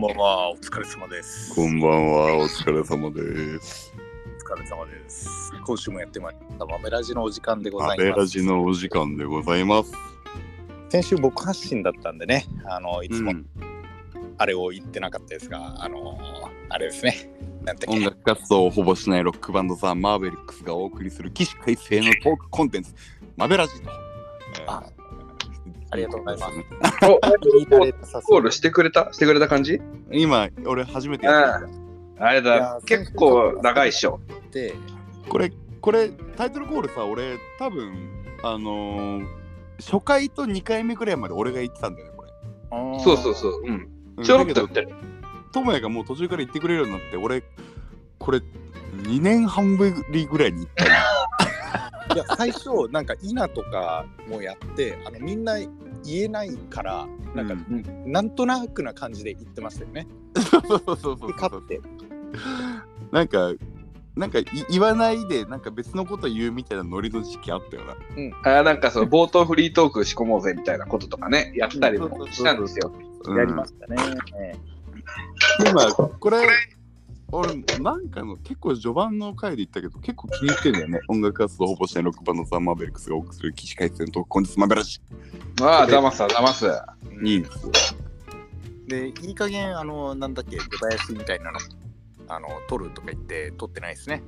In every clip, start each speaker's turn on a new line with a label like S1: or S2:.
S1: ばんは、お疲れ様です。
S2: こんばんは、お疲れ様です。
S1: お疲れ様です。今週もやってまいりました。マメラジのお時間でござ
S2: ア
S1: います。
S2: ベラジのお時間でございます。
S1: 先週僕発信だったんでね、あのいつも
S2: うん
S1: あれを言ってなかったですが、あのあれですね。なんて
S2: 音楽活動をほぼしないロックバンドザ・マーベリックスがお送りする起死回生のトークコンテンツ、マベラジと。。
S1: あありがとうございます
S3: お
S1: コ
S3: コールしてくれたしてくれた感じ
S2: 今、俺初めてやった。
S3: あれ
S1: いや
S3: だ
S1: ー、
S3: 結構長いっしょ。
S1: て、。
S2: これ、これ、タイトルコールさ、俺、多分あのー、初回と2回目ぐらいまで俺が言ってたんだよね、これ。
S3: そうそうそうう、うん。
S2: うん
S3: ちょろっ
S2: だ
S3: と
S2: け
S3: 言
S2: ど
S3: ってる。
S2: ともやがもう途中から言ってくれるようになって俺これ2年半ぶりぐらいに行ったない
S1: や最初なんか稲とかもやって、あのみんな言えないから、なんか、
S2: う
S1: なんとなくな感じで言ってましたよね。
S2: そうそうそうそう
S1: で勝って、
S2: なんかなんかい言わないでなんか別のこと言うみたいなノリの時期あったよな
S3: あーなんかその冒頭フリートーク仕込もうぜみたいなこととかね、やったりもしたんですよ。
S2: うん
S1: やりましたね。
S2: 今これ俺なんかの結構序盤の回で言ったけど結構気に入ってんだよね音楽活動ほぼしてないロックバンドザ・マーベリックスがお送りする起死回生のトークコンテンツマベラジ
S3: ああ、ざますわざます。
S2: いいですよ
S1: でいい加減あのなんだっけ出囃子みたいなのあの取るとか言って取ってないですね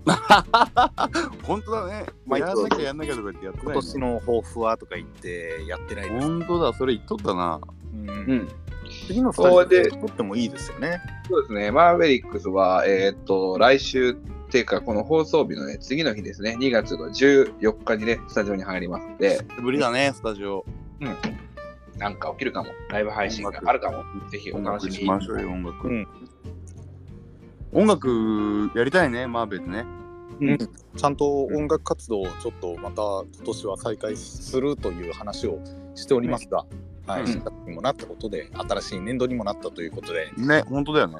S2: 本当だね
S1: まあ
S2: やらなきゃやんなきゃとかってやって
S1: 今
S2: ないね
S1: 年の抱負はとか言ってやってないです、
S2: 本当だそれ言っとったな
S1: うん
S3: うん。
S1: 次の
S3: そう
S1: で
S3: で
S1: 取ってもいいですよね
S3: そうですね、マーベリックスは、えーっと、来週っていうか、この放送日のね、次の日ですね、2月の14日にね、スタジオに入りますので、
S2: 無理だねスタジオ
S3: なんか起きるかも、ライブ配信があるかも、ぜひお
S2: 音
S3: 楽
S2: 楽
S3: し
S2: し
S3: み
S2: ま
S3: に
S2: しょうよ音楽、
S1: うん
S2: 音楽やりたいねマーベルね
S1: ちゃんと音楽活動をちょっとまた今年は再開するという話をしておりますが、はい、
S2: うん
S1: 4月にもなったことで新しい年度にもなったということで
S2: ね本当だよね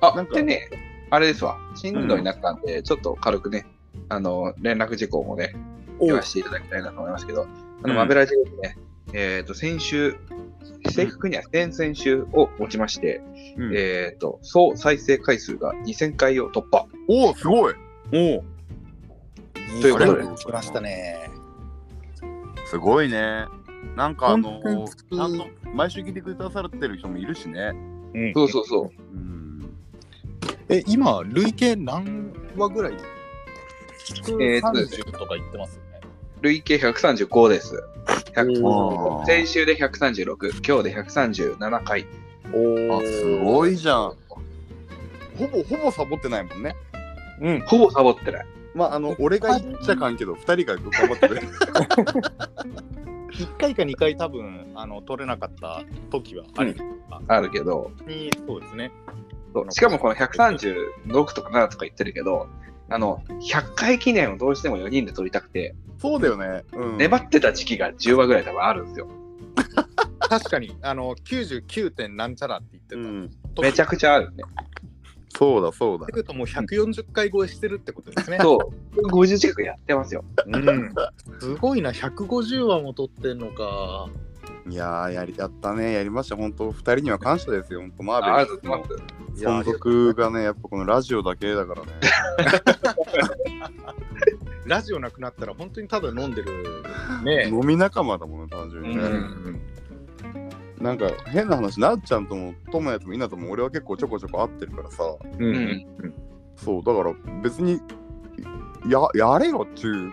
S2: な
S3: あ
S2: ん、か
S3: でね、あれですわ、進路になったんで、ちょっと軽くね、あの、連絡事項もね、言わせていただきたいなと思いますけど、あ
S2: うん
S3: の、マベラジですね、えっと、先週、正確には先々週をもちまして、
S2: うん
S3: えっと、総再生回数が2000回を突破。
S2: おおすごい
S1: おう
S3: ということで
S1: 来ましたね
S2: すごいねなんかあの
S1: コンテンツ
S2: ちゃんと毎週聞いてくださってる人もいるしね
S1: うん
S3: そうそうそう。
S2: うん
S1: え、今、累計何話ぐらい
S3: えーと
S1: ?130 とか言ってますよね。
S3: 累計135です。100
S2: おー
S3: 先週で136、今日で137回。
S1: お
S2: あすご
S1: い。
S2: いじゃんほぼほぼサボってないもんね
S1: うん。
S3: ほぼサボってない。
S2: まああの俺が言っちゃかんけど二人が頑張ってくれる
S1: 1回か2回多分、あの、取れなかった時はあり、
S3: あるけど、
S1: にそうですね。
S3: そうしかもこの136とか7とか言ってるけど、あの、100回記念をどうしても4人で撮りたくて、
S2: そうだよね、うん、
S3: 粘ってた時期が10話ぐらい多分あるんですよ。
S1: 確かに、あの、99. 点なんちゃらって言って
S2: う
S1: た。
S2: ん
S3: めちゃ
S1: くち
S3: くちゃある ね。
S2: そうだそうだ
S1: ゃ。ともう140回超えしてるってことですね。
S3: そう。50近くやってますよ。
S1: うん。すごいな、150話も取ってんのか。
S2: いやーやりやったねやりました本当二人には感謝ですよ本当マー
S3: ああ
S2: ベ
S3: り
S2: ル
S3: が
S2: ッ
S3: とうござい
S2: ク
S3: ます。
S2: スの存続がねやっぱこのラジオだけだからね
S1: ラジオなくなったら本当にただ飲んでるね。
S2: 飲み仲間だもんね単純にね、
S1: うん
S2: なんか変な話なっちゃんともともやともいなとも俺は結構ちょこちょこ会ってるからさ
S1: う。
S3: うんん。
S2: そうだから別にややれよっていう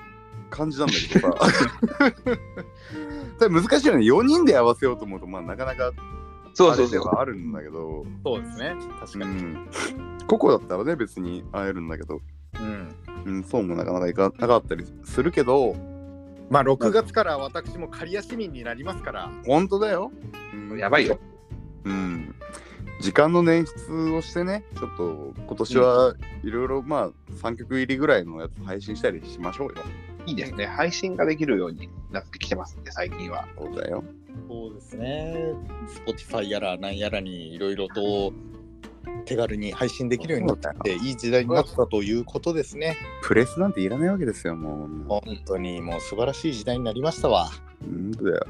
S2: 感じなんだけどさ それ難しいよね4人で合わせようと思うとまあなかなか
S3: そう
S2: あ
S3: そう
S2: れで
S3: そう。
S2: はあるんだけど
S1: そうですね。確
S2: う
S1: かに。
S2: んここだったらね別に会えるんだけど
S1: うん
S2: うん、そうもなかなかいかなかったりするけど、
S1: まあ6月から私も仮屋市民になりますから。
S2: 本当だよ。うん
S3: やばいよ。。
S2: うん。時間の捻出をしてね、ちょっと今年はいろいろまあ3曲入りぐらいのやつ配信したりしましょうよ。
S3: いいですね。配信ができるようになってきてますんで、最近は。
S2: そうだよ。
S1: そうですね。Spotify やらなんやらにいろいろと手軽に配信できるようになってきて、いい時代になったということですね。
S2: プレスなんていらないわけですよ、もう。
S1: 本当にもう素晴らしい時代になりましたわ。
S2: 本当だよ。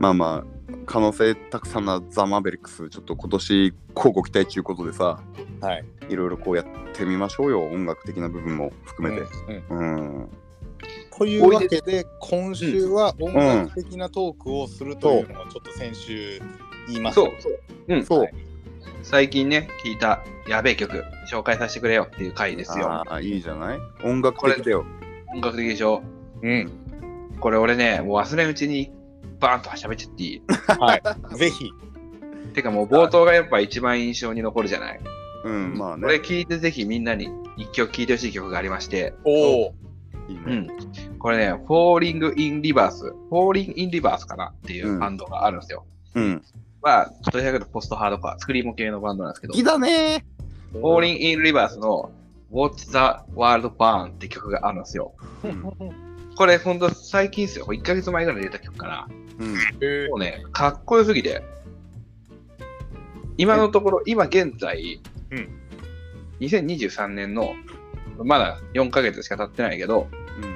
S2: まあまあ、可能性たくさんなザ・マーベリックス、ちょっと今年、こうご期待ということでさ、
S4: はい。
S2: いろいろこうやってみましょうよ、音楽的な部分も含めて。
S4: うんうん
S2: うん。
S4: というわけで、今週は音楽的なトークをするというのをちょっと先週言いました
S3: そ
S4: け
S3: う
S4: ど。、
S3: そ
S2: そ
S3: う。
S2: う。
S3: 最近ね、聞いたやべえ曲、紹介させてくれよっていう回ですよ
S2: あ。あ、いいじゃない音楽的だよ。
S3: 音楽的でしょ。
S4: うん。
S3: これ俺ね、もう忘れんうちにバーンと喋っちゃっていい。
S4: はい。ぜひ。
S3: てかもう冒頭がやっぱ一番印象に残るじゃない。
S2: うん、まあ
S3: これ
S2: ね。
S3: 聞いてぜひみんなに一曲聴いてほしい曲がありまして、
S4: おお。
S2: いいうね。
S3: ん。これね、Falling in Reverse、Falling in Reverse かなっていううんバンドがあるんですよ。
S2: うん。
S3: まあ、どちらかというとポストハードコア、スクリーム系のバンドなんですけど
S2: 好、きだね
S3: Falling in Reverse の Watch the World Burn って曲があるんですよ。
S2: うん。
S3: これほんと最近ですよ。1ヶ月前ぐらいに出た曲かな。
S2: うん
S4: え
S3: もうね、かっこよすぎて、今のところ、今現在、
S4: うん
S3: 2023年の、まだ4ヶ月しか経ってないけど、
S2: う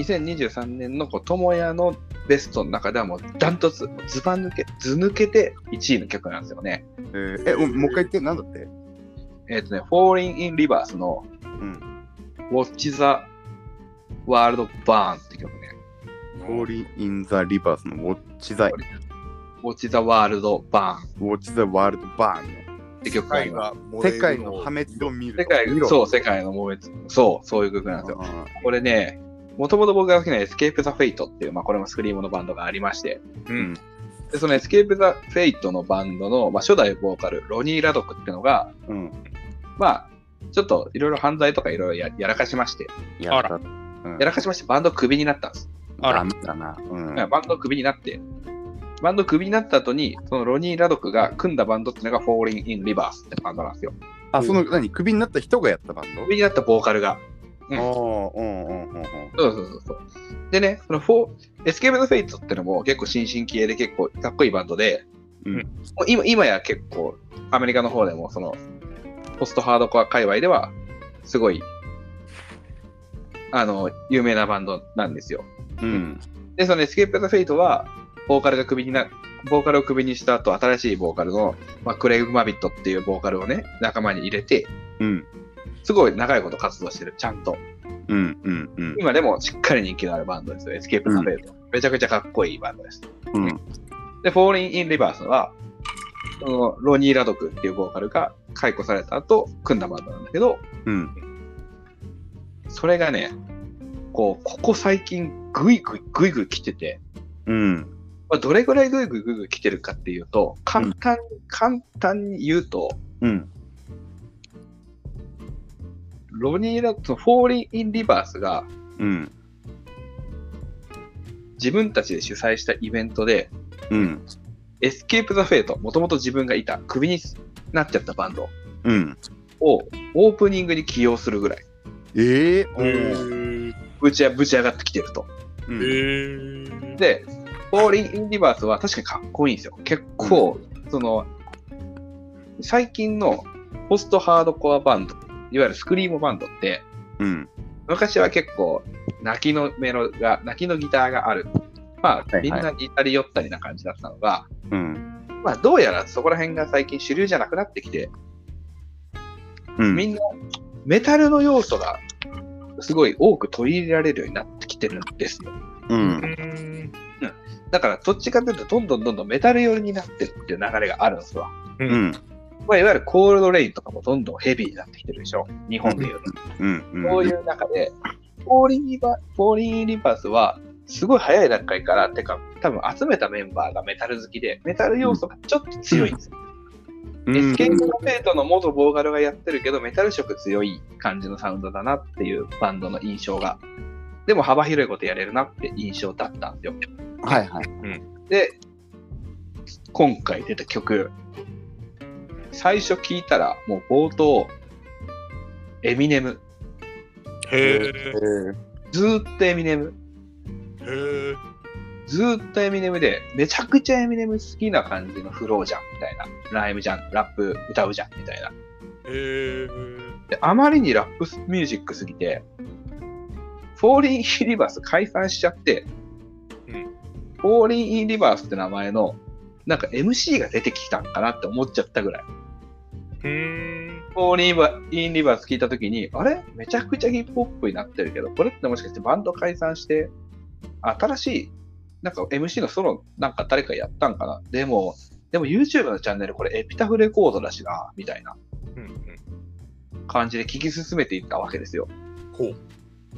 S2: ん
S3: 2023年のこう、智也のベストの中ではもうダントツ、ずば抜け、ず抜けて1位の曲なんですよね。
S2: えーえ、おもう一回言って、なんだって
S3: えっ、とね、Falling in Reverse の
S2: うん。
S3: Watch the World Burn って曲ね。
S2: Falling in the Rivers の Watch the,
S3: Watch the World Burn
S2: Watch the World Burn ね。
S3: って曲があります。
S2: 世界の破滅を見ると。
S3: 世界
S2: 見、ろ
S3: そう、世界の燃滅。そう、そういう曲なんですよ。
S2: あ
S3: これね、もともと僕が好きなエスケープ・ザ・フェイトっていう、まあ、これもスクリームのバンドがありまして、
S4: うん。
S3: でそのエスケープ・ザ・フェイトのバンドの、まあ、初代ボーカル、ロニー・ラドクっていうのが、
S2: ーうん。
S3: まあ、ちょっといろいろ犯罪とかいろいろややらかしまして、
S2: やった。
S4: あ
S2: うん
S3: やらかしましてバンドクビになったんです。
S4: あら
S2: ダメだな。うん。
S3: だからバンドクビになって、バンドクビになった後に、そのロニー・ラドクが組んだバンドっていうのが Falling in Reverse ってバンドなんですよ。
S2: あ、その、何クビになった人がやったバンド
S3: クビになったボーカルが。うん
S2: ああ、うんうんうんうん。
S3: そうそうそうそう。でね、そのフォーエスケープ・ザ・フェイトってのも結構新進気鋭で結構かっこいいバンドで、
S2: うん
S3: もう今今や結構アメリカの方でもそのポストハードコア界隈ではすごいあの有名なバンドなんですよ。
S2: うん。
S3: で、そのエスケープ・ザ・フェイトはボーカルがクビになボーカルをクビにした後、新しいボーカルの、まあ、クレイグ・マビットっていうボーカルをね、仲間に入れて、
S2: うん。
S3: すごい長いこと活動してる、ちゃんと。
S2: うん。うん。うん。
S3: 今でもしっかり人気のあるバンドですよ、エスケープ・ザ・フェイト。めちゃくちゃかっこいいバンドです。
S2: うん。
S3: で、フォーリン・イン・リバースは、そのロニー・ラドクっていうボーカルが解雇された後、組んだバンドなんだけど、
S2: うん。
S3: それがね、こう、ここ最近、ぐいぐい、ぐいぐい来てて、
S2: うん。
S3: まあ、どれぐらいぐいぐいぐいぐい来てるかっていうと、簡単に、簡単に言うと、
S2: うん。
S3: ロニー・ラドク、フォーリン・イン・リバースが
S2: うん。
S3: 自分たちで主催したイベントで、
S2: うん。
S3: エスケープ・ザ・フェイト、もともと自分がいた、クビになっちゃったバンド
S2: うん。
S3: をオープニングに起用するぐらい、
S2: ええ。うん
S4: え
S3: ぶちあぶち上がってきてると。
S2: うん
S4: ー。
S3: で、フォーリン・イン・リバースは確かにかっこいいんですよ。結構、その、最近のポストハードコアバンド、いわゆるスクリームバンドって、
S2: うん。
S3: 昔は結構、泣きのメロが、泣きのギターがある。ま
S2: い
S3: あ、
S2: はい
S3: みんなギタリ寄ったりな感じだったのが、
S2: うん。
S3: まあ、どうやらそこら辺が最近主流じゃなくなってきて、
S2: うん。
S3: みんなメタルの要素がすごい多く取り入れられるようになってきてるんですよ。
S2: うん。
S4: ん。
S3: だから、どっちかというと、どんどんどんどんメタル寄りになってるっていう流れがあるんですわ。
S4: う
S2: うん。
S3: まあ、いわゆるコールドレインとかもどんどんヘビーになってきてるでしょ、日本でいうと。
S2: うん。
S3: そういう中で、フォーリン・リバフォーリンリバースは、すごい早い段階から、てか、多分集めたメンバーがメタル好きで、メタル要素がちょっと強いんですよ。
S2: うん。
S3: エスケープ・フェイトの元ボーカルがやってるけど、メタル色強い感じのサウンドだなっていうバンドの印象が。でも幅広いことやれるなって印象だったんですよ。
S2: はいはい。
S3: で、今回出た曲、最初聞いたら、もう冒頭、エミネム。
S4: へ
S2: え
S4: ー。
S3: ずーっとエミネム。
S4: へー。
S3: ずーっとエミネムで、めちゃくちゃエミネム好きな感じのフローじゃん、みたいな。ライムじゃん、ラップ歌うじゃん、みたいな。
S4: へー。
S3: で、あまりにラップミュージックすぎて、フォーリン・イン・リバース解散しちゃって、
S4: うん
S3: フォーリン・イン・リバースって名前のなんか MC が出てきたんかなって思っちゃったぐらい。
S1: うーん。
S3: フォーリーバインリバース聞いたときに、あれめちゃくちゃヒップホップになってるけど、これってもしかしてバンド解散して、新しい、なんか MC のソロなんか誰かやったんかなでも、でも YouTube のチャンネルこれエピタフレコードだしな、みたいな
S1: うんうん。
S3: 感じで聞き進めていったわけですよ。
S4: ほう。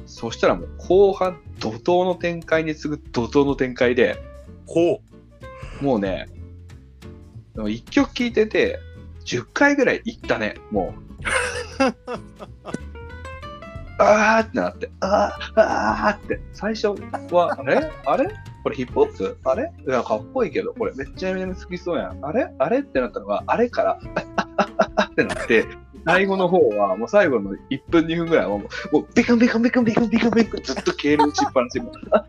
S3: そしたらもう後半怒涛の展開に次ぐ怒涛の展開で、
S4: ほ
S3: もうね、でも一曲聴いてて、10回ぐらい行ったね、もう。あーってなって、あー、あーって、最初は、あれあれこれヒップホップあれいや、かっこいいけど、これめっちゃめちゃ好きそうやん。あれあれってなったのが、あれから、ああああってなって、最後の方は、もう最後の1分、2分ぐらいはもう、もうビカンビカンビカンビカンビカンビカンずっと経路打ちっぱなしで、もうあ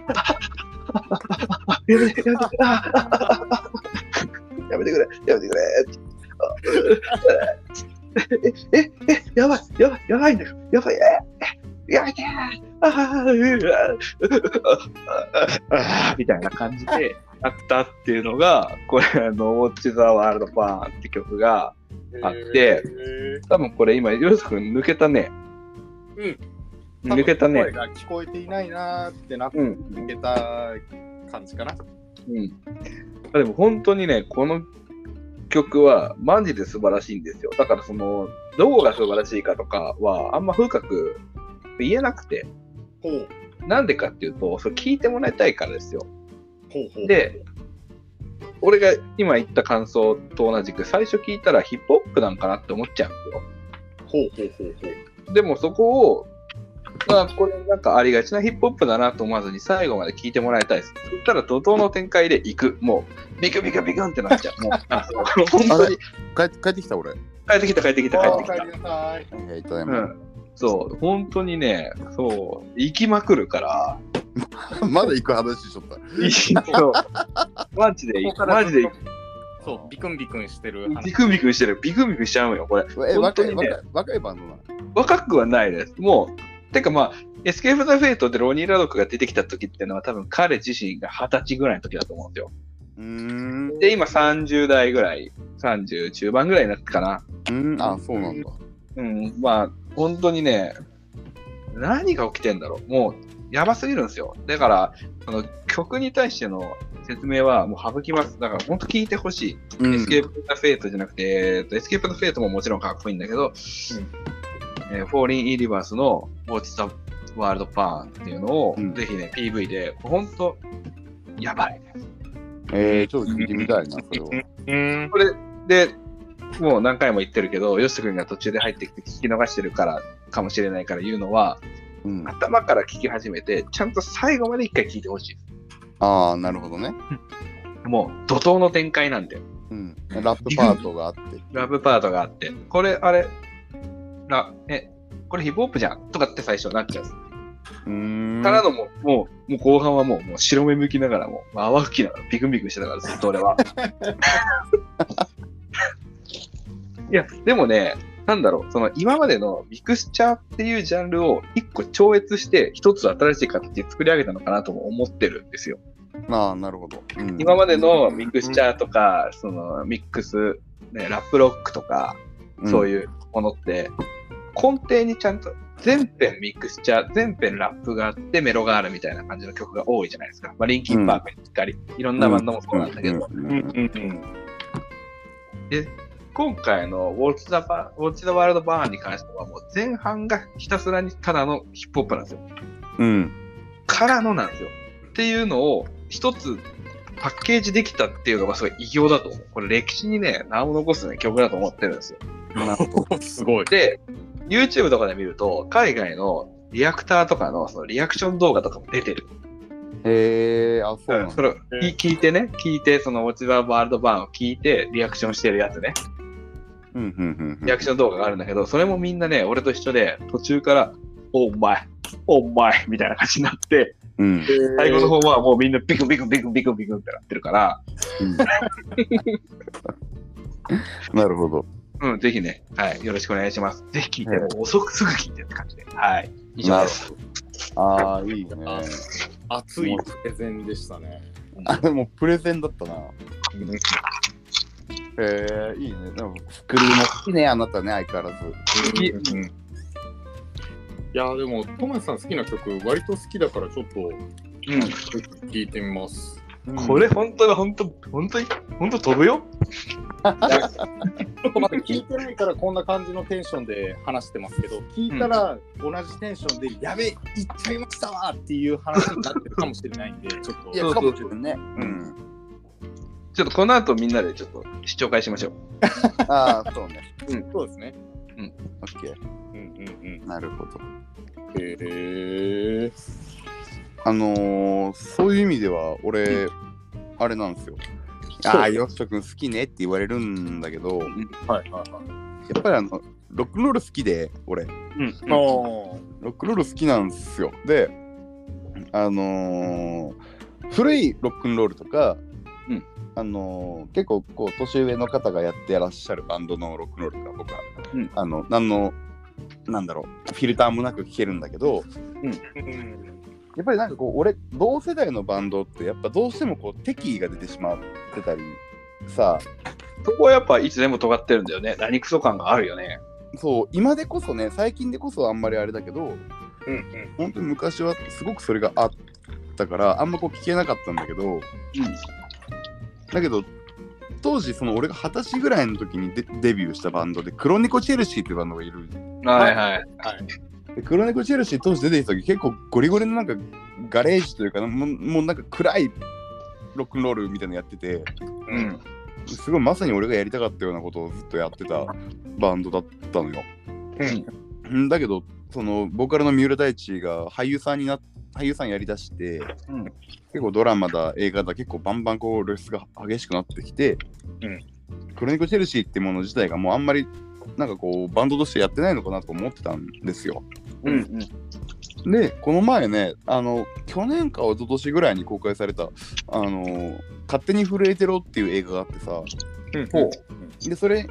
S3: やめて、やめて、ああああやめてくれ、やめてくれって。え、え、え、やばい、やばい、やばいんだよ、やばい、え、やめてああ、ああ、みたいな感じで、あったっていうのが、これ、あの、ウォッチ・ザ・ワールド・パーンって曲が、
S1: う
S3: あっ
S1: へ
S3: て多分これ今、ヨルス君抜けたね。
S4: う。
S3: 抜けたね
S4: 多分声が聞こえていないなーってなって、
S3: うん。
S4: 抜けた感じかな。
S3: うん、あでも本当にね、この曲はマジで素晴らしいんですよ。だからその、どこが素晴らしいかとかは、あんま深く言えなくて、
S4: ほう。
S3: なんでかっていうと、それ聞いてもらいたいからですよ。
S4: ほうほう。
S3: で、俺が今言った感想と同じく、最初聞いたらヒップホップなんかなって思っちゃうんですよ。
S4: ほうほうほうほう。
S3: でもそこを、まあ、これなんかありがちなヒップホップだなと思わずに最後まで聞いてもらいたいです。そしたら怒涛の展開で行く。もう、ビクビクビクンってなっちゃう。も う、あの本当に、
S2: 帰って帰ってきた俺。は
S3: 帰ってきた帰ってきた帰ってき
S4: あ
S3: た
S4: ー。帰りなさい。
S2: いはい、ただいうま。
S3: ん。そう、本当にね、そう、行きまくるから、
S2: まだ行く話しちょった。
S3: そう マジで行く、マジで行く。
S1: そう、ビクンビクンしてる話
S3: ビ。クビクしてる、ビクビクしちゃうよ、これ。
S2: え、
S3: 本当
S2: 若い、
S3: にね
S2: 若い、若いバンドなの
S3: 若くはないです。もう、てかまあ、エスケープ・ザ・フェイトでロニー・ラドックが出てきた時っていうのは多分彼自身が二十歳ぐらいの時だと思うんですよ。
S2: うーん。
S3: で、今30代ぐらい、30中盤ぐらいになってかな。
S2: うん、あ、そうなんだ。
S3: うん、まあ、本当にね、何が起きてんだろう。もう、やばすぎるんですよ。だから、あの曲に対しての説明はもう省きます。だから、本当聞いてほしい。
S2: うん
S3: エスケープ・ザ・フェイトじゃなくて、えーとエスケープ・ザ・フェイトももちろんかっこいいんだけど、えーフォーリン・イリバースの「ウォッチ・ザ・ワールド・パーン」っていうのを、
S2: うん
S3: ぜひね、PV で、本当やばい。
S2: えー、ちょっと聞いてみたいな、それは。
S1: うーん。
S3: これで、もう何回も言ってるけど、ヨシト君が途中で入ってきて聞き逃してるから、かもしれないから言うのは、
S2: うん、あ
S3: 頭から聞き始めて、ちゃんと最後まで一回聞いてほしい。
S2: あー、なるほどね。
S3: もう、怒涛の展開なんで。
S2: うん。ラップパートがあって。
S3: ラブパートがあって、これ、あれ、ラ、え、これヒップホップじゃんとかって最初なっちゃう。
S2: うーん。
S3: からのもう、もう、もう後半はもう、もう白目向きながらも、まあ泡吹きながら、ビクンビクンしてたから、ずっと俺 は。いや、でもね、なんだろう、その今までのミクスチャーっていうジャンルを一個超越して、一つ新しい形で作り上げたのかなとも思ってるんですよ。
S2: ああ、なるほど。うん
S3: 今までのミクスチャーとか、そのミックス、ね、ラップロックとか、そう
S2: い
S3: いうものって、根底にちゃんと全編ミクスチャー、全編ラップがあってメロがあるみたいな感じの曲が多いじゃないですか。まあ、リンキンパークにしっかり、いろんなバンドもそうなんだけど。
S2: うん
S1: うんうんうん。
S3: 今回の Watch the, Ba- Watch the World Burn に関してはもう前半がひたすらにただのヒップホップなんですよ。
S2: うん。
S3: からのなんですよ。っていうのを一つパッケージできたっていうのがすごい偉業だと思う。これ歴史にね、名を残す、ね、曲だと思ってるんですよ。
S2: なるほど。
S1: すごい。
S3: で、YouTube とかで見ると、海外のリアクターとかのそのリアクション動画とかも出てる。
S2: へえー、あ、そうなん
S3: そ
S2: だ。
S3: れを聞聞いてね、聞いて、そのウォッチバーワールドバーンを聞いて、リアクションしてるやつね、
S2: うん、うん、うん。
S3: リアクション動画があるんだけど、それもみんなね、俺と一緒で、途中から、お前、お前、みたいな感じになって、
S2: うん。
S3: 最後の方はもうみんなビクビクビクビクビクってなってるから、
S2: うんなるほど。
S3: うん、ぜひね、はい、よろしくお願いします。ぜひ聞いて、もう遅くすぐ聞いてって感じで、はい、以上です。
S2: ああ、いいね。
S4: 熱いプレゼンでしたね。
S3: う
S2: あで もプレゼンだったな。へえいいね。でも作りも好きね、あなたね、相変わらず。
S4: うん
S1: いやーでもトマさん好きな曲割と好きだからちょっと
S3: う
S1: 聞いてみます。
S3: ん。これ本当だ、本当、本当に、本当飛ぶよ。
S4: まだ聞いてないからこんな感じのテンションで話してますけど聞いたら同じテンションで「やべ行っちゃいましたわ!」っていう話になってるかもしれないんでちょっと
S2: いや、かもしれんね。うん。
S3: ちょっとこの後みんなでちょっと視聴会しましょう。
S2: ああ、そうね。
S4: そうですね。
S2: オッケー。
S4: うんうん
S2: なるほど。
S4: うん、へえ。
S2: あのー、そういう意味では、俺、あれなんですよ。ああ、よっしょくん好きねって言われるんだけど、
S4: はいはいはい。
S2: やっぱりあの、ロックンロール好きで、俺。
S3: うん。
S4: あ
S2: ロックンロール好きなんですよ。で、あのー古いロックンロールとか、
S3: うん
S2: あのー結構こう年上の方がやってらっしゃるバンドのロックンロールとか僕は、
S3: うん
S2: あの何のなんだろうフィルターもなく聴けるんだけどやっぱりなんかこう俺同世代のバンドってやっぱどうしてもこう敵意が出てしまってたりさ
S3: そこはやっぱいつでも尖ってるんだよね。何クソ感があるよね。
S2: そう今でこそね最近でこそあんまりあれだけど、
S1: うんうん。
S2: 本当に昔はすごくそれがあったからあんまこう聞けなかったんだけど、だけど当時その俺が二十歳ぐらいの時にデデビューしたバンドで黒猫チェルシーってバンドがいる
S3: はいはい。
S2: で黒猫チェルシー当時出てきた時結構ゴリゴリのなんかガレージというかもうもうなんか暗いロックンロールみたいなのやってて
S3: うん。
S2: すごいまさに俺がやりたかったようなことをずっとやってたバンドだったのよんだけどそのボーカルの三浦大知が俳優さんにな俳優さんやりだして、
S3: うん
S2: 結構ドラマだ映画だ結構バンバンこう露出が激しくなってきて、
S1: うん
S2: 黒猫チェルシーってもの自体がもうあんまりなんかこうバンドとしてやってないのかなと思ってたんですよ。
S3: うんうん。
S2: でこの前ねあの去年か一昨年ぐらいに公開された「あの勝手に震えてろ」っていう映画があってさ
S1: うん
S3: ほう。
S2: でそれ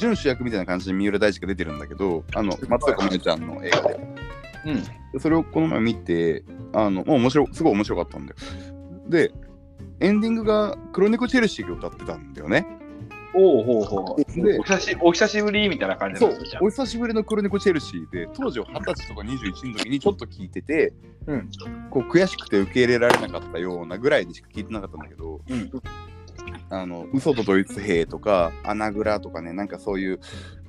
S2: 準主役みたいな感じで三浦大知が出てるんだけどあの松坂萌ちゃんの映画で。
S3: うん。
S2: でそれをこの前見てあのもう面白すごい面白かったんだよでエンディングが黒猫チェルシーが歌ってたんだよね
S3: おうほうほう。
S2: で
S3: お久しお久しぶりみたいな感じ
S2: そ
S3: な
S2: うん
S3: ですじゃ
S2: お久しぶりの黒猫チェルシーで当時は二十歳とか21の時にちょっと聞いてて、
S4: うん
S2: こう悔しくて受け入れられなかったようなぐらいでしか聞いてなかったんだけど「
S4: うん
S2: あの嘘とドイツ兵」とか「穴蔵」とかねなんかそういう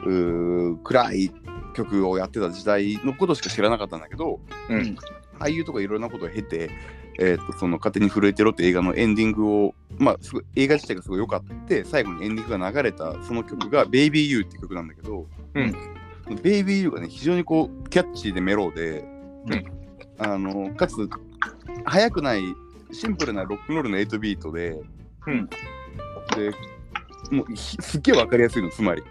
S2: うー暗い曲をやってた時代のことしか知らなかったんだけど、
S1: うん
S2: 俳優とかいろんなことを経て「えー、とその勝手に震えてろ」って映画のエンディングを、まあ、すごい映画自体がすごい良かった最後にエンディングが流れたその曲が「BabyYou」って曲なんだけど、
S1: うん
S2: ベイビーユーがね非常にこうキャッチーでメローで、
S1: うん
S2: あのかつ速くないシンプルなロックンロールの8ビートで、
S1: うん
S2: でもうひすっげえ分かりやすいのつまり、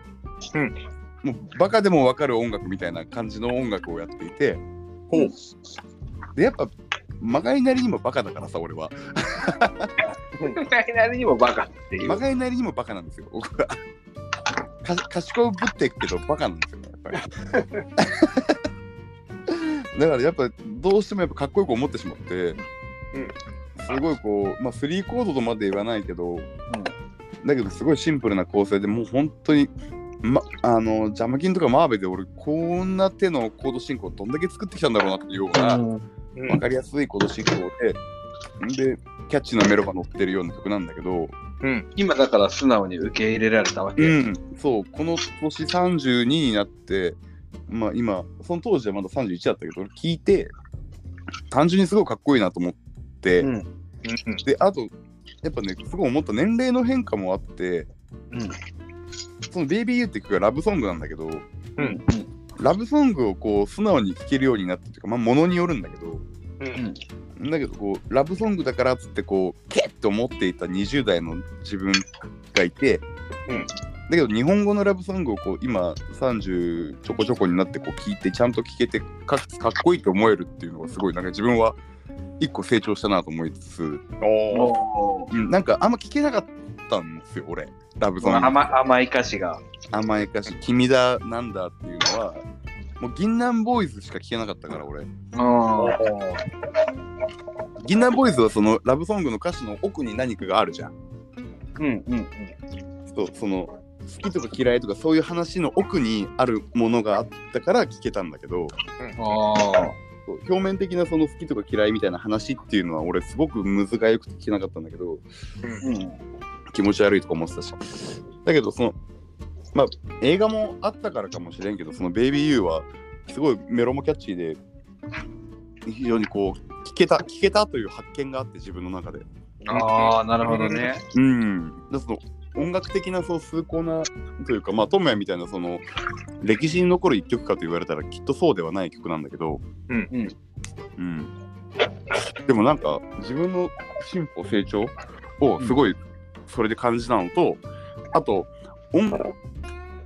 S1: うん
S2: もうバカでも分かる音楽みたいな感じの音楽をやっていて
S3: ほう
S2: でやっぱ曲がりなりにもバカだからさ俺は
S3: あ。なりにもバカっていう
S2: 曲。がりなりにもバカなんですよ僕はか賢ぶっていくけどバカなんですよねやっぱりだからやっぱどうしてもやっぱかっこよく思ってしまって、すごいこうまあ3コードとまで言わないけど、だけどすごいシンプルな構成でもう本当にま、あのジャマキンとかマーベで俺こんな手のコード進行どんだけ作ってきたんだろうなっていうような、
S1: うん
S2: 分かりやすいコード進行ででキャッチーなメロが乗ってるような曲なんだけど、
S3: 今だから素直に受け入れられたわけ。
S2: うん、そう、この年32になって、まあ今、その当時はまだ31だったけど、俺聞いて、単純にすごいかっこいいなと思って、
S3: う
S1: う
S3: ん
S1: ん
S2: で、あと、やっぱね、すごい思った年齢の変化もあって、
S3: うん
S2: その BBU って曲がラブソングなんだけど、
S3: うん
S2: ラブソングをこう素直に聴けるようになったというか、まあ、ものによるんだけど、
S1: うん
S2: だけどこうラブソングだからっつってこうケッと思っていた20代の自分がいて、
S1: うん
S2: だけど日本語のラブソングをこう今30ちょこちょこになってこう聞いてちゃんと聞けてかつかっこいいと思えるっていうのがすごいなんか自分は一個成長したなと思いつつ、
S3: うん。
S1: おー
S3: おー
S2: うん、なんかあんま聞けなかったんですよ俺ラブソ
S3: こ
S2: ング
S3: の甘甘い歌詞が。
S2: 甘い歌詞「君だなんだ」っていうのはもう銀杏ボーイズしか聞けなかったから俺
S3: うん。
S1: おー
S2: ギンナーボーイズはそのラブソングの歌詞の奥に何かがあるじゃん。
S4: うんうん
S2: そうその好きとか嫌いとかそういう話の奥にあるものがあったから聞けたんだけど
S3: あ
S2: そう表面的なその好きとか嫌いみたいな話っていうのは俺すごく難がよくて聞けなかったんだけど
S4: うん
S2: 気持ち悪いとか思ってたしだけどそのまあ映画もあったからかもしれんけどその「ベイビー・ユー」はすごいメロもキャッチーで非常にこう聞けた聞けたという発見があって自分の中で
S3: あ。ああ、なるほどね。
S2: うん、だその音楽的なそう崇高なというか、まあ、トムヤみたいなその歴史に残る一曲かと言われたらきっとそうではない曲なんだけど、
S1: うん
S4: うん
S2: うんでもなんか自分の進歩成長をすごいそれで感じたのと、あと音楽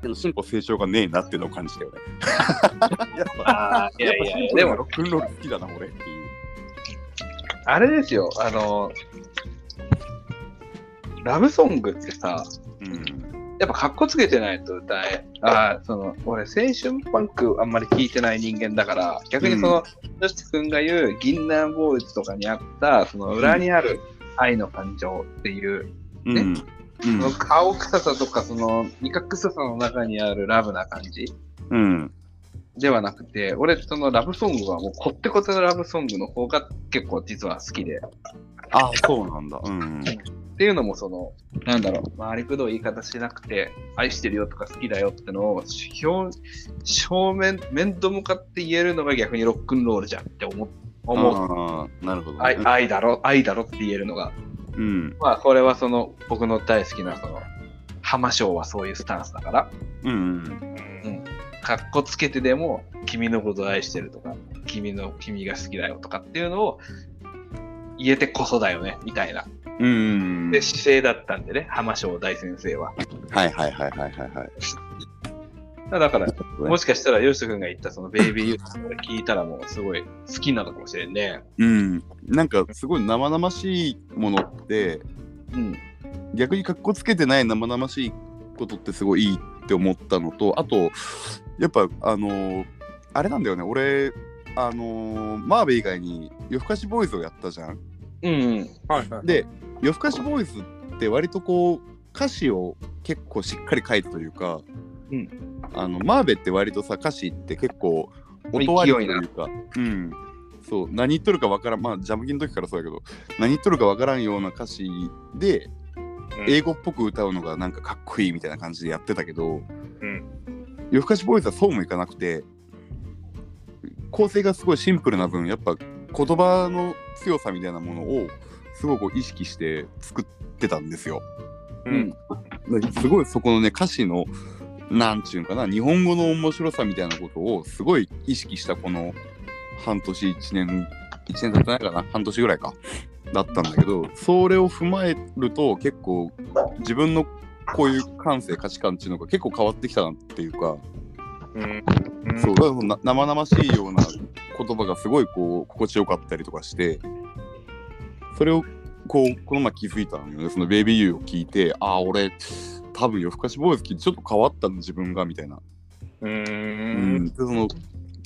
S2: の進歩成長がねえなっていうのを感じ たよね。やっぱ
S3: ああ、いやいやいや、で
S2: でも
S3: も、
S2: ロックンロール好きだな俺っていう。
S3: あれですよ、あの、ラブソングってさ、
S2: うん
S3: やっぱかっこつけてないと歌え、ああ、その、俺、青春パンクあんまり聞いてない人間だから、逆にその、よしつくんが言う、銀杏ボーイズとかにあった、その裏にある愛の感情っていう、
S2: うん
S3: ね
S2: う
S3: そ
S2: ん
S3: の青臭さとか、その味覚臭さの中にあるラブな感じ
S2: うん
S3: ではなくて、俺、そのラブソングはもうこってこてのラブソングの方が結構実は好きで。
S2: ああそうなんだ。うん
S3: っていうのもその、なんだろう、回りくどい言い方しなくて、愛してるよとか好きだよってのを、表正面、面と向かって言えるのが逆にロックンロールじゃんって思う。思う
S2: ああなるほど、ね。
S3: 愛愛だろ、愛だろって言えるのが。
S2: うん。
S3: まあ、これはその、僕の大好きな、その、浜章はそういうスタンスだから、
S2: うんうん。
S3: かっこつけてでも、君のことを愛してるとか、君の、君が好きだよとかっていうのを、言えてこそだよね、みたいな。
S2: うんうんうん。
S3: で、姿勢だったんでね、浜章大先生は。
S2: はいはいはいはいはいはい。
S3: だから、もしかしたら、ヨシト君が言ったそのベイビーユースを聞いたらもうすごい好きなのかもしれんね。
S2: うん。なんかすごい生々しいものって、
S3: うん。
S2: 逆に格好つけてない生々しいことってすごいいいって思ったのと、あと、やっぱあのーあれなんだよね、俺、あのーマーベ以外に夜更かしボーイズをやったじゃん。
S3: うん。
S1: はいはい。
S2: で、夜更かしボーイズって割とこう、歌詞を結構しっかり書いてというか、
S3: う
S2: あのマーベって割とさ歌詞って結構音割りというか、うん、そう何言っとるかわからんまあジャムギの時からそうやけど何言っとるかわからんような歌詞で、
S1: うん
S2: 英語っぽく歌うのがなんかかっこいいみたいな感じでやってたけど、
S1: うん
S2: 夜更かしボーイズはそうもいかなくて構成がすごいシンプルな分やっぱ言葉の強さみたいなものをすごくこう意識して作ってたんですよ。
S1: うん
S2: すごいそこのね歌詞のなんちゅうんかな日本語の面白さみたいなことをすごい意識したこの半年1年1年経ってないかな半年ぐらいかだったんだけどそれを踏まえると結構自分のこういう感性価値観っていうのが結構変わってきたなっていうか、
S1: うん。
S2: そうだからそのな生々しいような言葉がすごいこう心地よかったりとかしてそれをこうこの前気づいたのよねその「ベイビー・ユー」を聞いてああ俺多分夜更かしボーイズ聞いてちょっと変わったの自分がみたいな、
S1: う。
S2: うんでその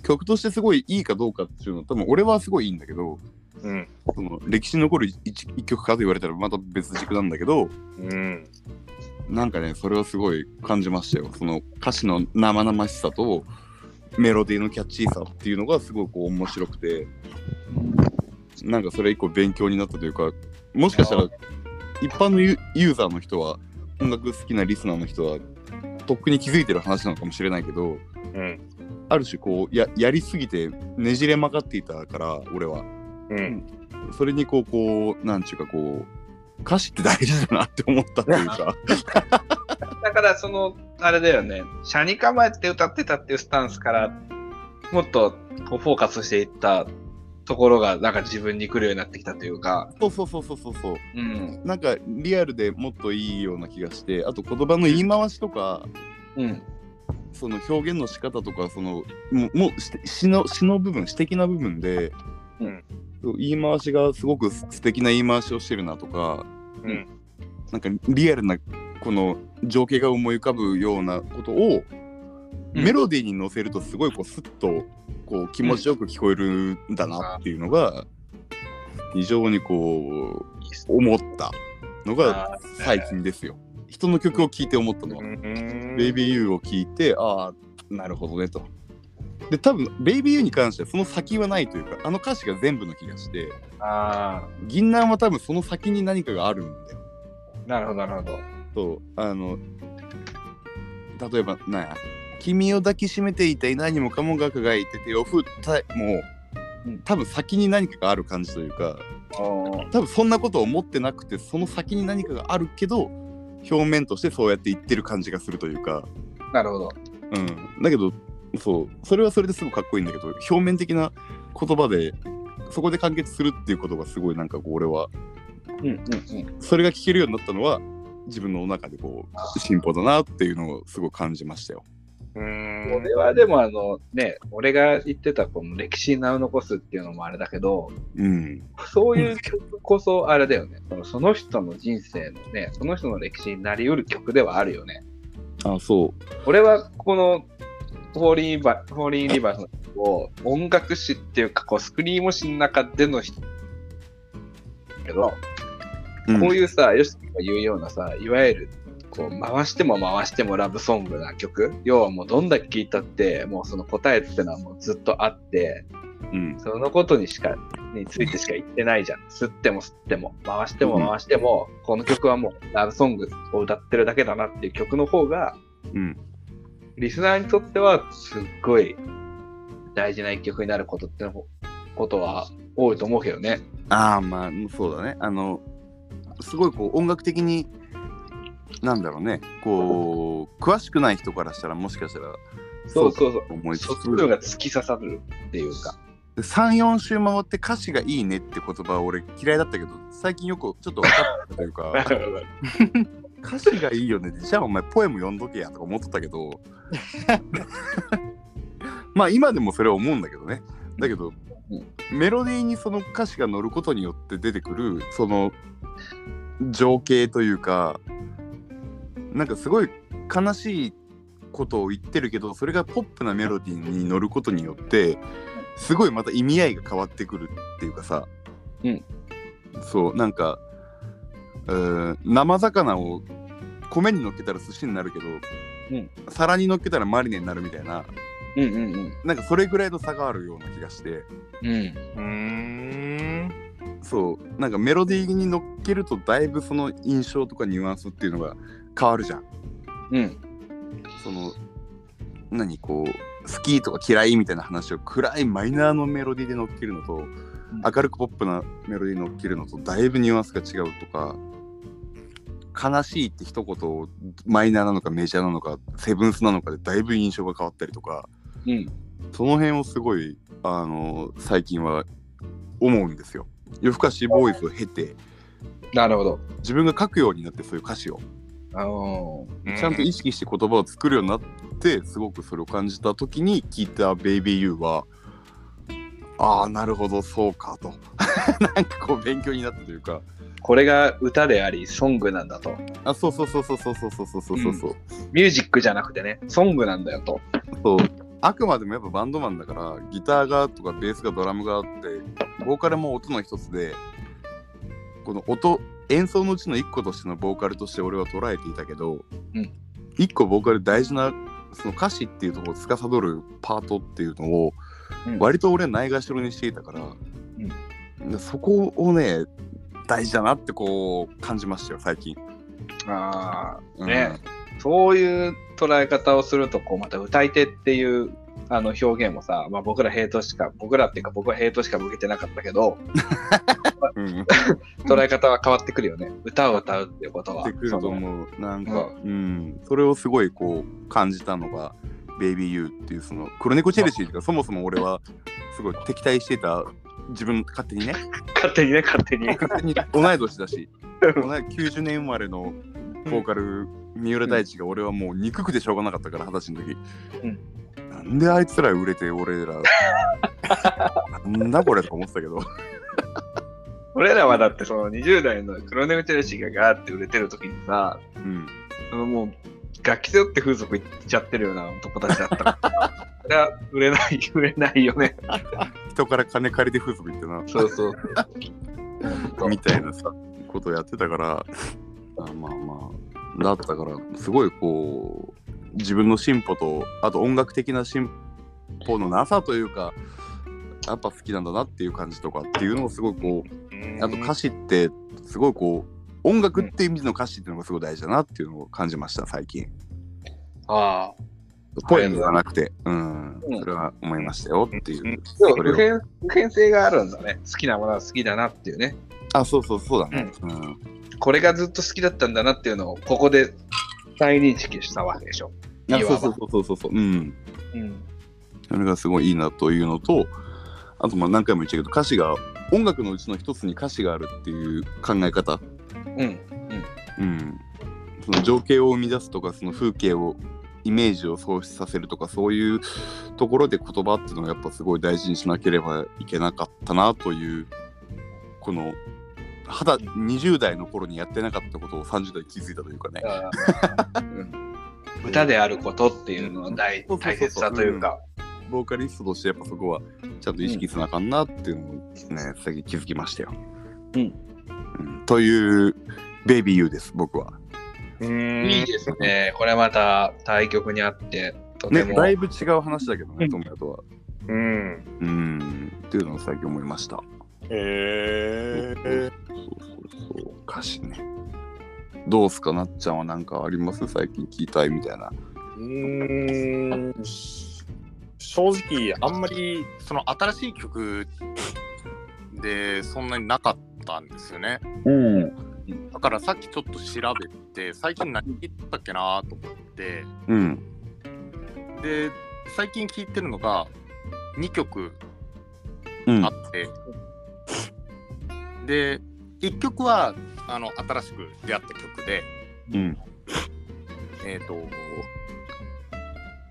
S2: 曲としてすごいいいかどうかっていうのは多分俺はすごいいいんだけど
S1: うん。
S2: その歴史に残る一一曲かと言われたらまた別軸なんだけど
S1: うん。
S2: なんかねそれはすごい感じましたよその歌詞の生々しさとメロディーのキャッチーさっていうのがすごいこう面白くてなんかそれ以降勉強になったというかもしかしたら一般のユユーザーの人は音楽好きなリスナーの人はとっくに気づいてる話なのかもしれないけ
S1: う
S2: ど
S1: ん。
S2: ある種こうややりすぎてねじれ曲がっていたから俺は
S1: うん。
S2: それにこうこうなんちゅうかこう歌詞って大事だなって思ったというか
S3: だからその、あれだよね、車に構えて歌ってたっていうスタンスから、もっとこうフォーカスしていったところが、なんか自分に来るようになってきたというか、
S2: そうそうそうそうそうそう
S3: うん。
S2: なんかリアルでもっといいような気がしてあと言葉の言い回しとか
S3: うん。
S2: その表現の仕方とかそのもうもうし詩の詩の部分詩的な部分で、
S1: うん
S2: そう言い回しがすごく素敵な言い回しをしてるなとか、
S1: うん
S2: なんかリアルなこの情景が思い浮かぶようなことを、
S3: うん
S2: メロディーに乗せるとすごいこうスッとこう気持ちよく聞こえるんだなっていうのが、非常にこう思ったのが最近ですよ。人の曲を聴いて思ったのは、ベイビーユーを聴いて、ああ、なるほどねと。で、多分、ベイビーユーに関してはその先はないというか、あの歌詞が全部の気がして、
S3: あ
S2: 銀杏は多分その先に何かがあるんだよ。
S3: ー、なるほど、なるほど。
S2: そう、あの、例えば、なんや、君を抱きしめていたい何もかもが輝いて手を振ったもう、
S4: うん
S2: 多分先に何かがある感じというか、
S3: おー
S2: 多分そんなことを思ってなくてその先に何かがあるけど表面としてそうやって言ってる感じがするというか、
S3: なるほど。
S2: うん、だけどそうそれはそれですごくかっこいいんだけど表面的な言葉でそこで完結するっていうことがすごいなんかこう俺は
S4: うんうんうん。
S2: それが聞けるようになったのは自分の中でこう進歩だなっていうのをすごい感じましたよ。
S3: これはでもあのね、俺が言ってたこの歴史に名を残すっていうのもあれだけど、
S2: うん、
S3: そういう曲こそあれだよね。そのその人の人生のね、その人の歴史になりうる曲ではあるよね。
S2: あそう
S3: 俺はこのフォーリーバフォーリーリバースの曲を音楽史っていうかこうスクリーム史の中での人けど、
S2: うん、
S3: こういうさ、ヨシキが言うようなさ、いわゆるこう回しても回してもラブソングな曲、要はもうどんだけ聴いたって、もうその答えってのはもうずっとあって、
S2: うん
S3: そのことにしか、についてしか言ってないじゃん。吸っても吸っても、回しても回しても、この曲はもうラブソングを歌ってるだけだなっていう曲の方が、
S2: うん
S3: リスナーにとってはすっごい大事な一曲になることってのことは多いと思うけどね。
S2: ああまあそうだねあのすごいこう音楽的になんだろうねこう詳しくない人からしたらもしかしたら
S3: そうそうそう。
S2: 思いつ
S3: そっち
S2: つ
S3: の方が突き刺さるっていうか。
S2: 34週回って歌詞がいいねって言葉は俺嫌いだったけど最近よくちょっと分かったという か歌詞がいいよねじゃあお前ポエム読んどけやとか思ってたけど まあ今でもそれは思うんだけどねだけどメロディーにその歌詞が乗ることによって出てくるその情景というかなんかすごい悲しいことを言ってるけどそれがポップなメロディーに乗ることによってすごいまた意味合いが変わってくるっていうかさ、
S3: うん
S2: そうなんかうーん生魚を米に乗っけたら寿司になるけど、
S3: うん
S2: 皿に乗っけたらマリネになるみたいな
S3: うんうん
S2: なんかそれぐらいの差があるような気がして。
S3: うん。うん。
S1: うん。
S2: そうなんかメロディーに乗っけるとだいぶその印象とかニュアンスっていうのが変わるじゃん
S3: うん。
S2: その何こう好きとか嫌いみたいな話を暗いマイナーのメロディーで乗っけるのと、明るくポップなメロディーに乗っけるのとだいぶニュアンスが違うとか悲しいって一言をマイナーなのかメジャーなのかセブンスなのかでだいぶ印象が変わったりとか
S3: うん。
S2: その辺をすごいあの最近は思うんですよ。夜更かしボーイズを経て、
S3: なるほど。
S2: 自分が書くようになってそういう歌詞を
S3: あの
S2: ちゃんと意識して言葉を作るようになってすごくそれを感じた時に聞いた「BabyYou」はああなるほどそうかと なんかこう勉強になったというか
S3: ーこれが歌であり、ソングなんだと。
S2: あそうそうそうそうそうそうそうそうそうそう、
S3: ミュージックじゃなくてね、ソングなんだよと。
S2: そうあくまでもやっぱバンドマンだからギターがとかベースがドラムがあってボーカルも音の一つでこの音演奏のうちの一個としてのボーカルとして俺は捉えていたけど、
S3: うん
S2: 一個ボーカル大事なその歌詞っていうところを司るパートっていうのを
S3: うん
S2: 割と俺はないがしろにしていたから、でそこをね大事だなってこう感じましたよ最近。
S3: ああ、
S2: うん
S3: ねそういう捉え方をすると、こう、また歌い手っていう、あの表現もさ、まあ、僕らヘイトしか、僕らっていうか僕はヘイトしか向けてなかったけど、
S2: うん
S3: 捉え方は変わってくるよね。歌を歌うっていうことは。
S2: ってくると思うなんか、
S3: う
S2: うんそれをすごいこう感じたのが「ベイビー・ユー」っていうその黒猫チェルシーとかそもそも俺はすごい敵対してた自分勝手にね
S3: 勝手にね、勝手に。
S2: 勝手に同い年だし同い90年生まれのボーカル三浦大知が俺はもう憎くてしょうがなかったから二十歳の時、
S3: うん
S2: なんであいつら売れて俺ら なんだこれとか思ってたけど
S3: 俺らはだってその20代の黒猫チェルシーがガーって売れてる時にさ、
S2: うん
S3: あのもう楽器背負って風俗行っちゃってるような男たちだったから。それは売れない、売れないよね。
S2: 人から金借りて風俗行ってな
S3: そうそう。
S2: みたいなさことやってたからあまあまあだったからすごいこう自分の進歩とあと音楽的な進歩のなさというかやっぱ好きなんだなっていう感じとかっていうのをすごいこうあと歌詞ってすごいこう音楽っていう意味での歌詞っていうのがすごい大事だなっていうのを感じました最近
S3: ああ。
S2: ポエムじゃなくてうんそれは思いましたよっていう
S3: でも
S2: それ
S3: 普
S2: を
S3: 遍、普遍性があるんだね。好きなものは好きだなっていうね。
S2: あそうそうそうだねうん
S3: これがずっと好きだったんだなっていうのを、ここで再認識したわけでしょ。
S2: あ
S3: いわ
S2: そ
S3: ば
S2: うそうそうそうそううん
S3: うん。
S2: それがすごいいいなというのとあとまあ何回も言ったけど歌詞が音楽のうちの一つに歌詞があるっていう考え方、
S3: うん。
S2: うん、その情景を生み出すとかその風景をイメージを創出させるとかそういうところで言葉っていうのをやっぱすごい大事にしなければいけなかったなというこの肌20代の頃にやってなかったことを30代で気づいたというかね
S3: だからうん歌であることっていうのの大
S2: うん
S3: 大切さというか。
S2: ボーカリストとしてやっぱそこはちゃんと意識せなあかんなっていうのをね、最近気づきましたよ。
S3: うん
S2: うんというベイビーユーです僕は。
S3: いいですね。これまた対局にあって、とて
S2: ね
S3: も。
S2: だいぶ違う話だけどね友達とは。
S1: うん。
S2: うんっていうのを最近思いました。
S1: えー、
S2: そうそうそう歌詞ね。どうすかなっちゃんは何かあります最近聞いたいみたいな。
S1: うーん正直あんまりその新しい曲でそんなになかったんですよね
S2: うん。
S1: だからさっきちょっと調べて最近何聴ったっけなと思って
S2: うん。
S1: で最近聴いてるのが2曲
S2: うん
S1: あ。って、で1曲はあの新しく出会った曲で
S2: うん。
S1: えっ、と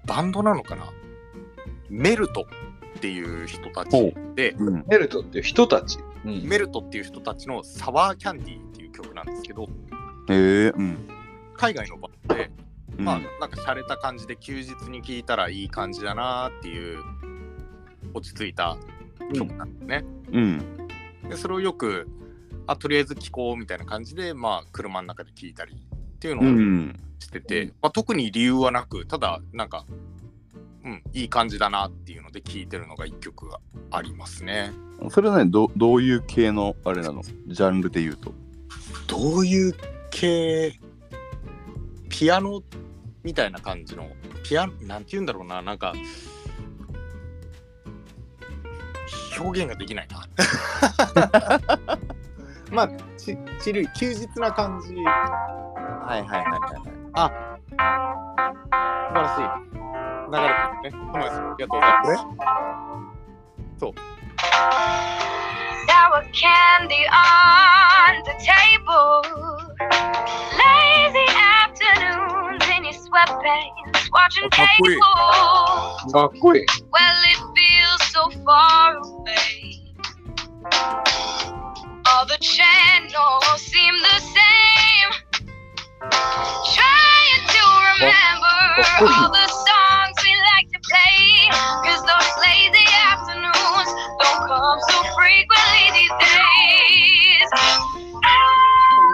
S1: バンドなのかなメルトっていう人た
S2: ほ
S1: ちで
S2: うん。
S3: メルトっていう人たち。うん
S1: メルトっていう人たちの「サワーキャンディー」っていう曲なんですけど
S2: へえうん。
S1: 海外のバンドで、
S2: うん
S1: まあなんか洒落た感じで休日に聴いたらいい感じだなーっていう落ち着いた曲なんですね。
S2: うん。
S1: でそれをよくあとりあえず聞こうみたいな感じで、まあ、車の中で聞いたりっていう
S2: う
S1: のを
S2: ん。
S1: してて、まあ、特に理由はなくただなんか、うん、いい感じだなっていうので聞いてるのが一曲がありますね。
S2: それはねどどういう系のあれなのジャンルで言うと。
S1: どういう系ピアノみたいな感じのピアなんて言うんだろうななんか表現ができないな。 まあちちるい休日な感じ
S2: はいはいはいはい。
S1: 素晴らしい。流れてるね。トマさん、ありがとうございます。
S5: sour candy on the table. Lazy afternoons in your sweatpants, watching
S1: Oh, Capri.
S5: cable.
S3: かっこいい。
S5: Well, it feels so far away. All the channels seem the same. Trying to remember
S3: oh, oh.
S5: all the songs we like to play. Cause those lazy afternoons don't come so frequently these days.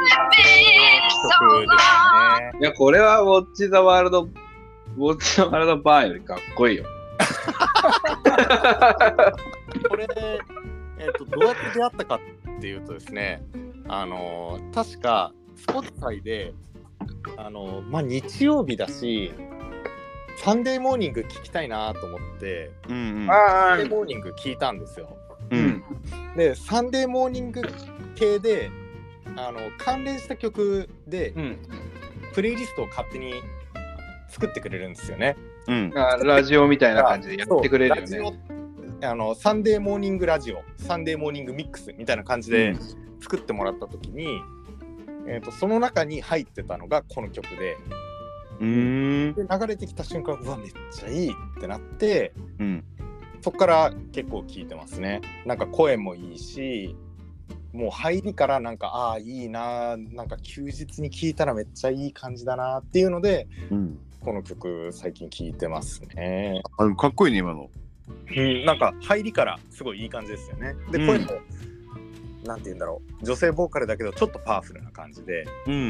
S5: It's been so
S1: 曲です
S5: long.
S1: ね。
S3: いや、これはウォッチ・ザ・ワールド、ウォッチ・ザ・ワールド・バーンよりかっこいいよ。
S1: これ、えっとどうやって出会ったかっていうとですね、あのー確か Spotify で、あのーまあ、日曜日だし、サンデーモーニング聞きたいなと思って、
S2: うんうん。
S1: サ
S3: あ
S1: ンデーモーニング聞いたんですよ。
S2: うん。
S1: で、サンデーモーニング系で、あの関連した曲で
S3: うん。
S1: プレイリストを勝手に作ってくれるんですよね。
S2: うん。
S3: あラジオみたいな感じでやってくれるよ
S1: そう
S3: ね。
S1: ラジオあのサンデーモーニングラジオサンデーモーニングミックスみたいな感じで作ってもらった時に、えー、とその中に入ってたのがこの曲で
S2: うん。
S1: で流れてきた瞬間うわめっちゃいいってなって
S2: うん。
S1: そこから結構聴いてますねなんか声もいいしもう入りからなんかああいいななんか休日に聴いたらめっちゃいい感じだなっていうので
S2: うん。
S1: この曲最近聴いてますね。
S2: あ、でもかっこいいね、今の。
S1: うん、なんか入りからすごいいい感じですよね。で、
S2: うん
S1: 声もなんて言うんだろう女性ボーカルだけどちょっとパワフルな感じで
S2: うんうん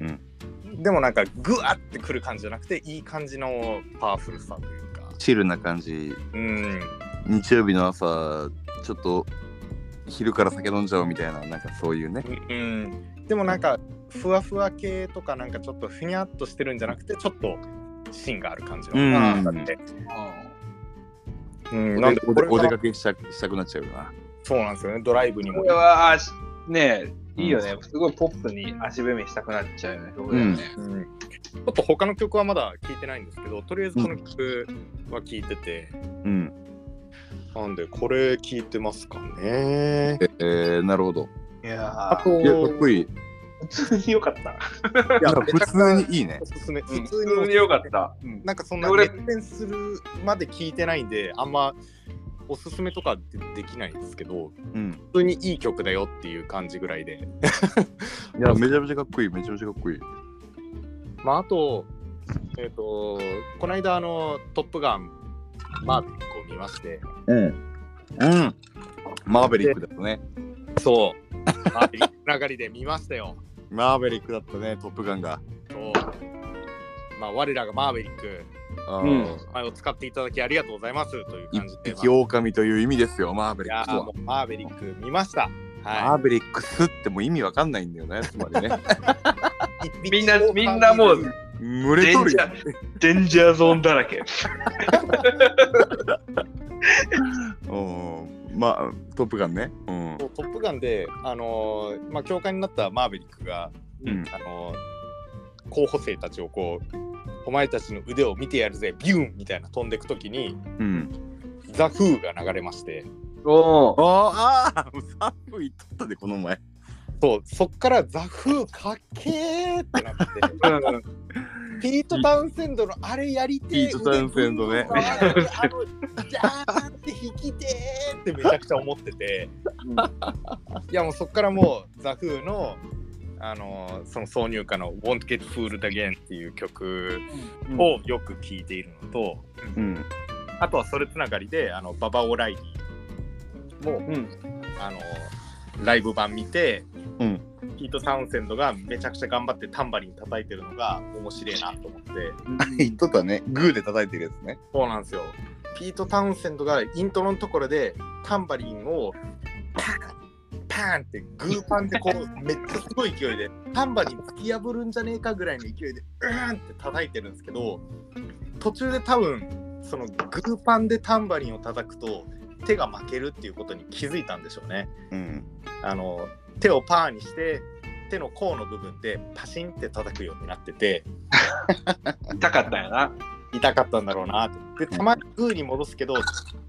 S2: うんうん。
S1: でもなんかグワってくる感じじゃなくていい感じのパワフルさというか
S2: チルな感じ。
S1: うん
S2: 日曜日の朝、ちょっと昼から酒飲んじゃおうみたいな、なんかそういうね。
S1: うん、でもなんかふわふわ系とかなんかちょっとふにゃっとしてるんじゃなくてちょっと芯がある感じの、
S2: うん
S1: だって、うん、なんでこ
S2: お出
S1: れ
S2: お出
S1: か
S2: からけしたしたくなっちゃうよな。
S1: そうなんですよねドライブに
S3: こ
S1: も
S3: れは、しねえ、いいよね。すごいポップに足踏みしたくなっちゃうよね。そうだよね
S1: うんちょっと他の曲はまだ聴いてないんですけどとりあえずこの曲は聴いてて、
S2: うん。
S1: なんでこれ聴いてますかね
S2: えー、なるほど。
S3: いや
S1: あ
S3: ー、
S1: と
S2: いや、かっこいい。い
S3: 普通に良かった。
S1: や
S2: や、普通にいいね
S1: お。すすめ普通
S3: 普通
S1: におすすめ
S3: に良かった。
S1: なんかそんな
S3: 俺
S1: 熱弁するまで聞いてないんであんまおすすめとかでできないんですけど
S2: うん。
S1: 普通にいい曲だよっていう感じぐらいで
S2: いや、めちゃめちゃかっこいい。めちゃめちゃかっこいい。
S1: まああとえっ、とこの間あの「トップガン」マーヴェリックを見まして
S2: うん。うん。マーベリックだったね。
S1: そうマーヴェリックつながりで見ましたよ
S2: マーベリックだったね、トップガンが。
S1: そうまあ我らがマーヴェリック
S2: あ
S4: う
S2: ー
S1: 前を使っていただきありがとうございますという感じ
S2: 一
S1: で、ま
S2: 匹狼という意味ですよ、マーベリ
S1: あ
S2: ッ
S1: い
S2: ク
S1: や
S2: と
S1: ー
S2: は
S1: も。うマーヴェリック見ました
S2: マ
S1: は
S2: ーベリックスってもう意味わかんないんだよね、つまり ね。
S1: い一匹
S3: みんな
S1: 狼
S3: みんなもう
S2: 群れ
S3: デ
S2: と
S3: ン
S2: る
S3: ジ
S2: よ
S3: ャ。ー、デンジャーゾーンだらけ。
S2: うん。まあ、トップガンね。うん。
S1: そうトップガンで、あのーまあ、教官になったマーヴェリックが、
S2: うん
S1: あのー候補生たちをこう、お前たちの腕を見てやるぜ、ビューンみたいな飛んでくときに、
S2: うん。
S1: ザ・フーが流れまして、
S3: おー
S2: あーあー、サップ言っとったで、この前。
S1: そうそっからザ・フーかっけーってなって、
S3: うん
S1: ピート・タウンセンドのあれやりてー
S2: ピートタウンセンドね
S1: 腕振り回してあのジャーンって引きてーってめちゃくちゃ思ってて、
S4: うん
S1: いやもうそっからもうザ・フーの、あのーその挿入歌の「Won't Get Fooled Again」っていう曲をよく聴いているのと、
S2: うん。
S1: あとはそれつながりであのババオライリーも、
S4: ん
S1: あのライブ版見て、
S2: うん
S1: ピート・タウンセンドがめちゃくちゃ頑張ってタンバリン叩いてるのが面白いなと思って
S2: 言っとったね。グーで叩いてるやつね。
S1: そうなんですよピート・タウンセンドがイントロのところでタンバリンをパーンパーンってグーパンでこうめっちゃすごい勢いでタンバリン突き破るんじゃねえかぐらいの勢いでうーんって叩いてるんですけど途中で多分そのグーパンでタンバリンを叩くと手が負けるっていうことに気づいたんでしょうね。
S2: うん。
S1: あの手をパーにして手の甲の部分でパシンって叩くようになってて
S3: 痛かったよな。
S1: 痛かったんだろうなと。でたまにグーに戻すけど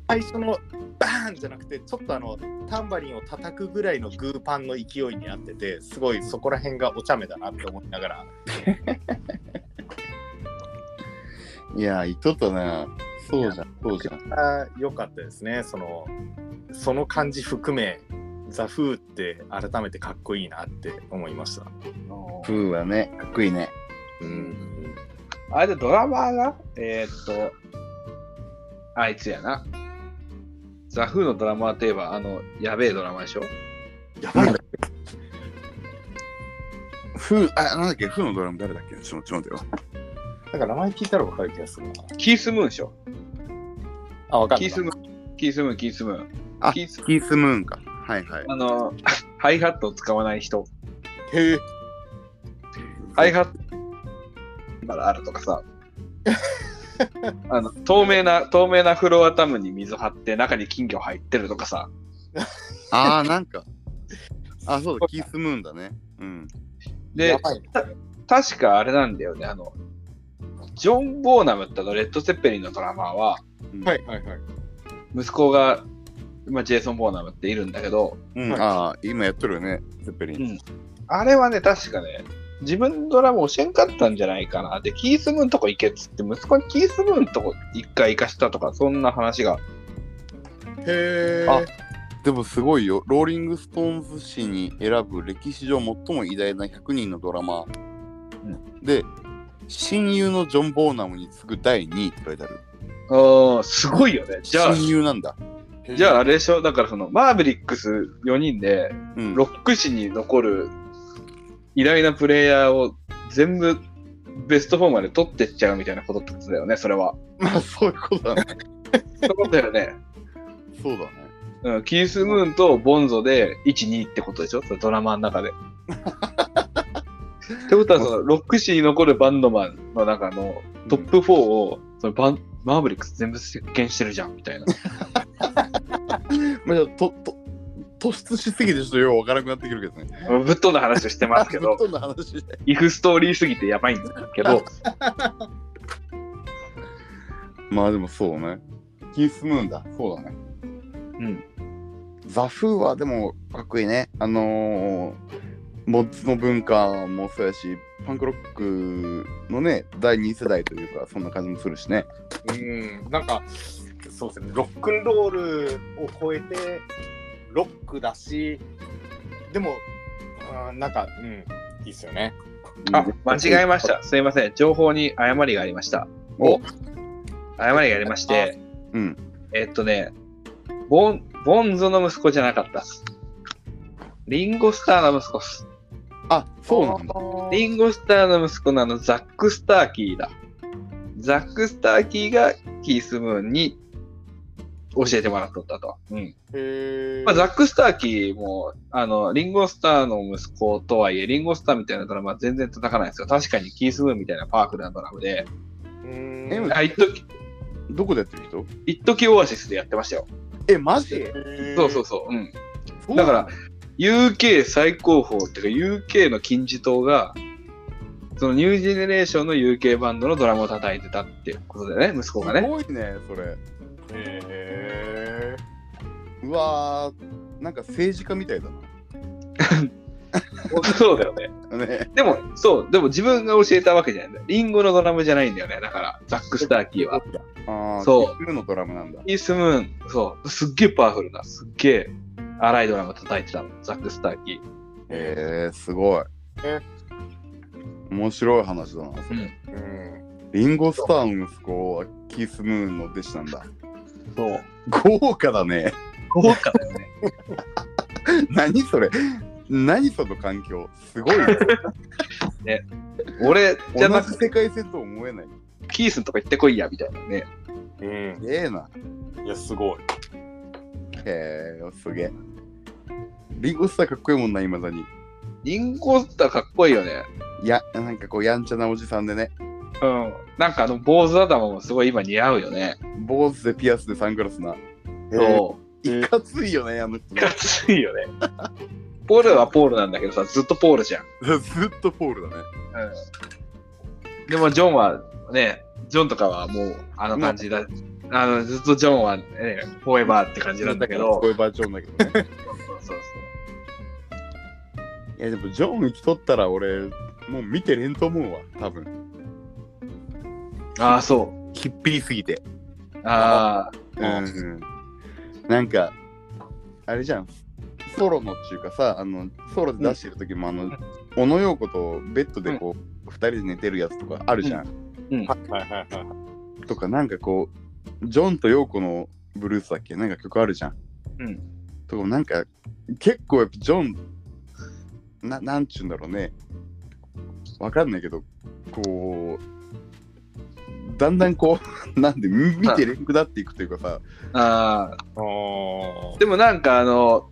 S1: 最初のバーンじゃなくてちょっとあのタンバリンを叩くぐらいのグーパンの勢いになっててすごいそこら辺がお茶目だなって思いながら
S2: いやー、言っとったな。そうじゃん、そうじゃん。
S1: あー良かったですねそのその感じ含めザ・フーって改めてかっこいいなって思いました。
S2: フーはね、かっこいいね。
S1: うん
S3: あれでドラマーが、えーっと、あいつやな。ザ・フーのドラマーといえば、あの、やべえドラマでしょ。
S1: やばい
S2: フー、あ、なんだっけ、フーのドラム誰だっけちょっと待ってよ。
S1: なんか名前聞いたら分かる気がするな。
S3: キース・ムーンでしょ。
S1: あ、分か
S3: キー
S1: る
S3: ス・ムーン、キース・ムーン、キース・ムーン。
S2: あ
S3: キース・
S2: キースムーンか。はいはい。
S3: あの、 ハイハットを使わない人。
S1: へえ。
S3: ハイハットからあるとか さ。あの透明な透明なフロアタムに水張って中に金魚入ってるとかさ
S2: ああ、なんか。あ、そうだ、キースムーンだね。うん。
S3: で
S1: ばいね
S3: 確かあれなんだよねあのジョン・ボーナムってあのレッド・セッペリンのドラマーは
S1: はいはいはい。
S3: 息子が、まあ、ジェイソン・ボーナムっているんだけど、
S2: うん、ああ、今やっとるよね、ゼッペリン。
S3: あれはね、確かね、自分のドラム教えんかったんじゃないかな。で、キースムーンとこ行けっつって、息子にキースムーンとこ一回行かしたとか、そんな話が。
S1: へえ。
S2: あでもすごいよ、ローリング・ストーンズ誌に選ぶ歴史上最も偉大な100人のドラマー。で、親友のジョン・ボーナムに次ぐ第2位って書いてある。
S3: ああ、すごいよね。じゃあ、
S2: 親友なんだ。
S3: じゃああれでしょだからそのマーベリックス4人で
S2: うん
S3: ロック史に残る偉大なプレイヤーを全部ベスト4まで取ってっちゃうみたいなことってことだよね、それは。
S2: まあそういうことだね。
S3: そういうことだよね。
S2: そうだね。
S3: うん、キース・ムーンとボンゾで1、2ってことでしょそれドラマの中で。ってことはそのロック史に残るバンドマンの中のトップ4をそのバンマーヴェリックス全部席巻してるじゃんみたいな。
S2: まあじゃあとと突出しすぎてちょっとようわからなくなってくるけどね。
S3: ぶっ飛んだ話をしてますけど
S2: ほ、とんど話で
S3: イフストーリーすぎてやばいんだけど、
S2: まあでもそうね。キースムーンだ。そうだね。
S3: うん、
S2: ザフーはでもかっこいいね。あのーモッズの文化もそうやし、パンクロックのね、第二世代というか、そんな感じもするしね。
S1: うん、なんか、そうですね、ロックンロールを超えて、ロックだし、でも、うんなんか、うん、いいっすよね。
S3: あ、間違えました。すいません。情報に誤りがありました。
S2: お
S3: 誤りがありまして、
S2: うん。
S3: えっとね、ボン、ボンゾの息子じゃなかったっす。リンゴスターの息子っす。
S2: あ、そうなんだ。
S3: リンゴスターの息子のあのザック・スターキーだ。ザック・スターキーがキース・ムーンに教えてもらっとったと。うん。
S1: へ
S3: まあ、ザック・スターキーも、あの、リンゴスターの息子とはいえ、リンゴスターみたいなドラマは全然叩かないんですよ。確かにキース・ムーンみたいなパークなドラマで、
S2: え
S3: あ、一時、
S2: どこでやってる人
S3: 一時オアシスでやってましたよ。
S2: え、マジ
S3: そうそうそう。うん。
S2: そうな
S3: だ
S2: ん
S3: から、UK 最高峰っていうか、UK の金字塔が、そのニュージェネレーションの UK バンドのドラムを叩いてたっていうことでね、息子が
S2: す
S3: ね。
S2: ごいね、それ。
S1: へ
S2: うわー、なんか政治家みたいだ
S3: そうだよね。
S2: な。ね。
S3: でも、そう、でも自分が教えたわけじゃないんだよ。リンゴのドラムじゃないんだよね、だから、ザック・スターキーは。
S2: ああ、
S3: そう
S2: う。のドラムなんだ。
S3: イースムーン、そう、すっげえパワフルな、すっげえ荒いドラム叩いてたの、ザック・スターキー。
S2: えー、すごい
S1: え。
S2: 面白い話だな。
S1: え。うん。
S2: リンゴスターの息子はキースムーンの弟子なんだ。
S3: そう。
S2: 豪華だね。
S3: 豪華だよね。
S2: 何それ何その環境すごいね。
S3: 俺 じゃ
S2: 同
S3: な
S2: じ
S3: くて、
S2: 世界線と思えない。
S3: キースのとか行ってこいや、みたいなね。
S1: う
S2: ええな。
S1: ん。いや、すごい。
S2: へえすげえ。リンゴスターかっこいいもんな、いまだに。
S3: リンゴスターかっこいいよね。
S2: や、なんかこう、やんちゃなおじさんでね。
S3: うん。なんかあの、坊主頭もすごい今似合うよね。
S2: 坊主でピアスでサングラスな。
S3: そ
S2: いかついよね、あの人
S3: う。。かついよね。 ポールはポールなんだけどさ、ずっとポールじゃん。
S2: ずっとポールだね。
S3: でも、ジョンはね、ジョンとかはもう、あの感じだ。あの、ずっとジョンはね、フォーエバーって感じなんだけど
S2: こ。ういうバージョンだけどね。
S3: そうそうそう。
S2: いや、でも、ジョン生きとったら俺、もう見てれんと思うわ、多分。
S3: ああ、そう。
S2: ひっぴりすぎて。
S3: あ
S2: うん。なんか、あれじゃん。ソロのっていうかさ、あの、ソロで出してる時も、あの、小野陽子とベッドでこう、二人で寝てるやつとかあるじゃ
S1: は
S2: ん。
S1: いはいはいはい。
S2: とかなんかこうジョンとヨーコのブルースだっけなんか曲あるじゃん。
S3: うん。
S2: とかなんか結構やっぱジョンななんちゅうんだろうねわかんないけどこうだんだんこう なんで見て連くなっていくというかさ
S3: あ、あ
S1: あ
S3: あ。
S1: ー
S3: でもなんかあの、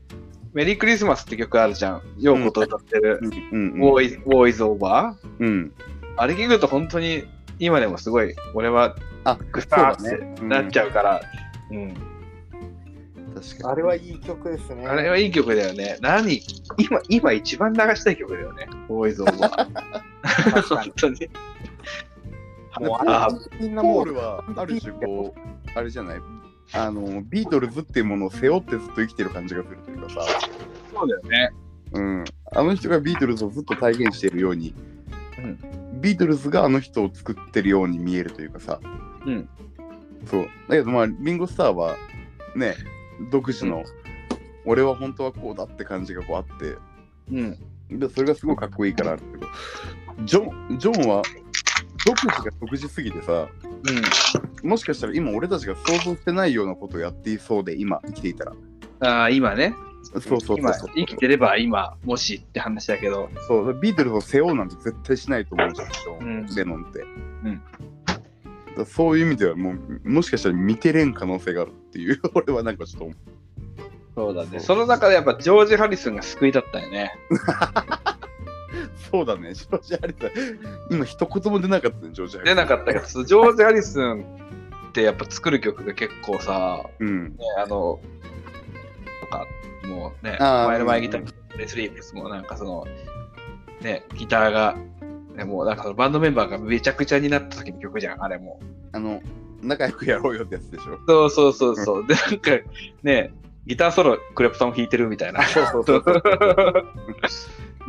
S3: メリークリスマスって曲あるじゃん。ようこと歌ってる。
S2: うん
S3: ウォーイズ、ウォーイズオーバー
S2: うん
S3: あれ聞くと本当に今でもすごい、俺は
S2: あ
S3: グ
S2: そう
S3: サ
S2: だ
S3: ーって
S2: ね、
S3: なっち
S2: ゃ
S3: ゃうから。うん。
S2: うん確か
S1: あれはいい曲ですね。
S3: あれはいい曲だよね。何今、今一番流したい曲だよね。ウォーイズオーバー。 本当に。
S1: もう
S3: あ
S1: あ
S3: ー
S1: みん
S2: に
S1: な
S2: ポ
S1: もう、
S2: ールはある種こうあれじゃないあのビートルズっていうものを背負ってずっと生きてる感じがするというかさ
S3: そうだよね。
S2: うん、あの人がビートルズをずっと体現しているように、ビートルズがあの人を作ってるように見えるというかさ、
S3: うん、
S2: そうだけどまあリンゴスターはね独自の、俺は本当はこうだって感じがこうあって
S3: うん。
S2: でそれがすごいかっこいいからあるけどジョンジョンは独自が独自すぎてさ
S3: うん。
S2: もしかしたら今俺たちが想像してないようなことをやっていそうで今生きていたら
S3: ああ、今ね。
S2: そうそうそう
S3: 今、
S2: そう
S3: 生きてれば今、もしって話だけど。
S2: そうビートルズを背負うなんて絶対しないと思うんですよ、
S3: うん
S2: レノンって、
S3: ん
S2: だからそういう意味ではもうもしかしたら見てれん可能性があるっていう 俺はなんかちょっと思う
S3: そうだね。その中でやっぱジョージ・ハリスンが救いだったよね。
S2: そうだねジョージ・ハリス今一言も出なかったねジョージ・ハリ
S3: 出
S2: ス
S3: なかったけど、そのジョージ・ハリスンってやっぱ作る曲が結構さ、
S2: うん
S3: ね、あの、とか、もうね、
S2: あー
S3: 前の前ギタ
S2: う
S3: ー、レスリーですもうなんかその、ね、ギターが、ね、もうなんかそのバンドメンバーがめちゃくちゃになった時の曲じゃん、あれも。
S2: あの仲良くやろうよってやつでしょ
S3: そうそうそうそう。で、なんかね、ギターソロ、クレプトン弾いてるみ たいな。
S2: そうそうそうそう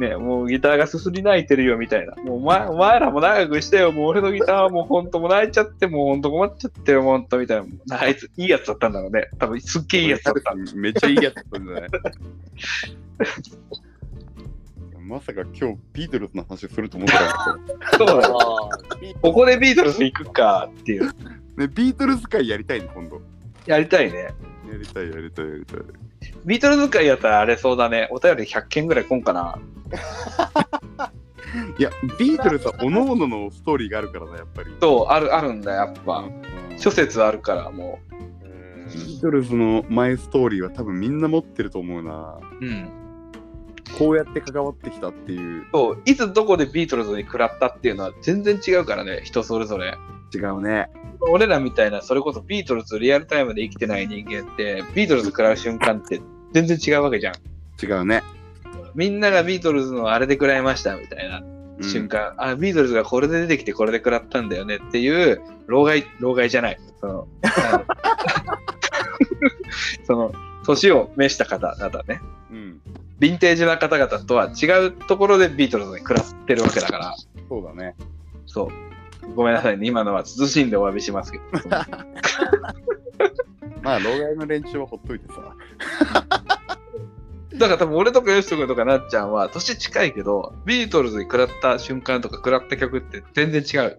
S3: ね、もうギターがすすり泣いてるよみたいな。もうお前お前らも長くしてよ。もう俺のギターはもうほんともう泣いちゃって、もうほんと困っちゃってよ、ほんとみたいな。なんかあいついいやつだったんだろうね。多分すっげえいいやつだった。
S2: めっちゃいいやつだったんじゃない まさか今日ビートルズの話すると思ってなかっ
S3: そうだよ。
S1: あ
S3: ここでビートルズ行くかっていう。
S2: た。ね、ビートルズ会やりたいね、今度。
S3: やりたいね。
S2: やりたい、やりたい、やりたい。
S3: ビートルズ会やったらあれそうだね。お便り100件ぐらい来んかな。
S2: いや、ビートルズは各々のストーリーがあるからな、やっぱり。
S3: そう、ある、あるんだ、やっぱ。
S2: うん
S3: 諸説あるから、も
S2: ビートルズのマイストーリーは多分みんな持ってると思うな。
S3: う。うん。
S2: こうやって関わってきたっていう。
S3: そう、いつどこでビートルズに食らったっていうのは全然違うからね、人それぞれ。
S2: 違うね。
S3: 俺らみたいなそれこそビートルズリアルタイムで生きてない人間ってビートルズ食らう瞬間って全然違うわけじゃん
S2: 違うね。
S3: みんながビートルズのあれで食らいましたみたいな
S2: うん
S3: 瞬間、あビートルズがこれで出てきてこれで食らったんだよねっていう老害老害じゃないその あのその年を召した方々ね
S2: うん。
S3: ヴィンテージな方々とは違うところでビートルズに食らってるわけだから
S2: そうだね。
S3: そうごめんなさいね今のは慎んでお詫びしますけどその
S2: まあ、老害の連中はほっといてさ。
S3: だから多分俺とかヨシト君とかなっちゃんは年近いけどビートルズに食らった瞬間とか食らった曲って全然違う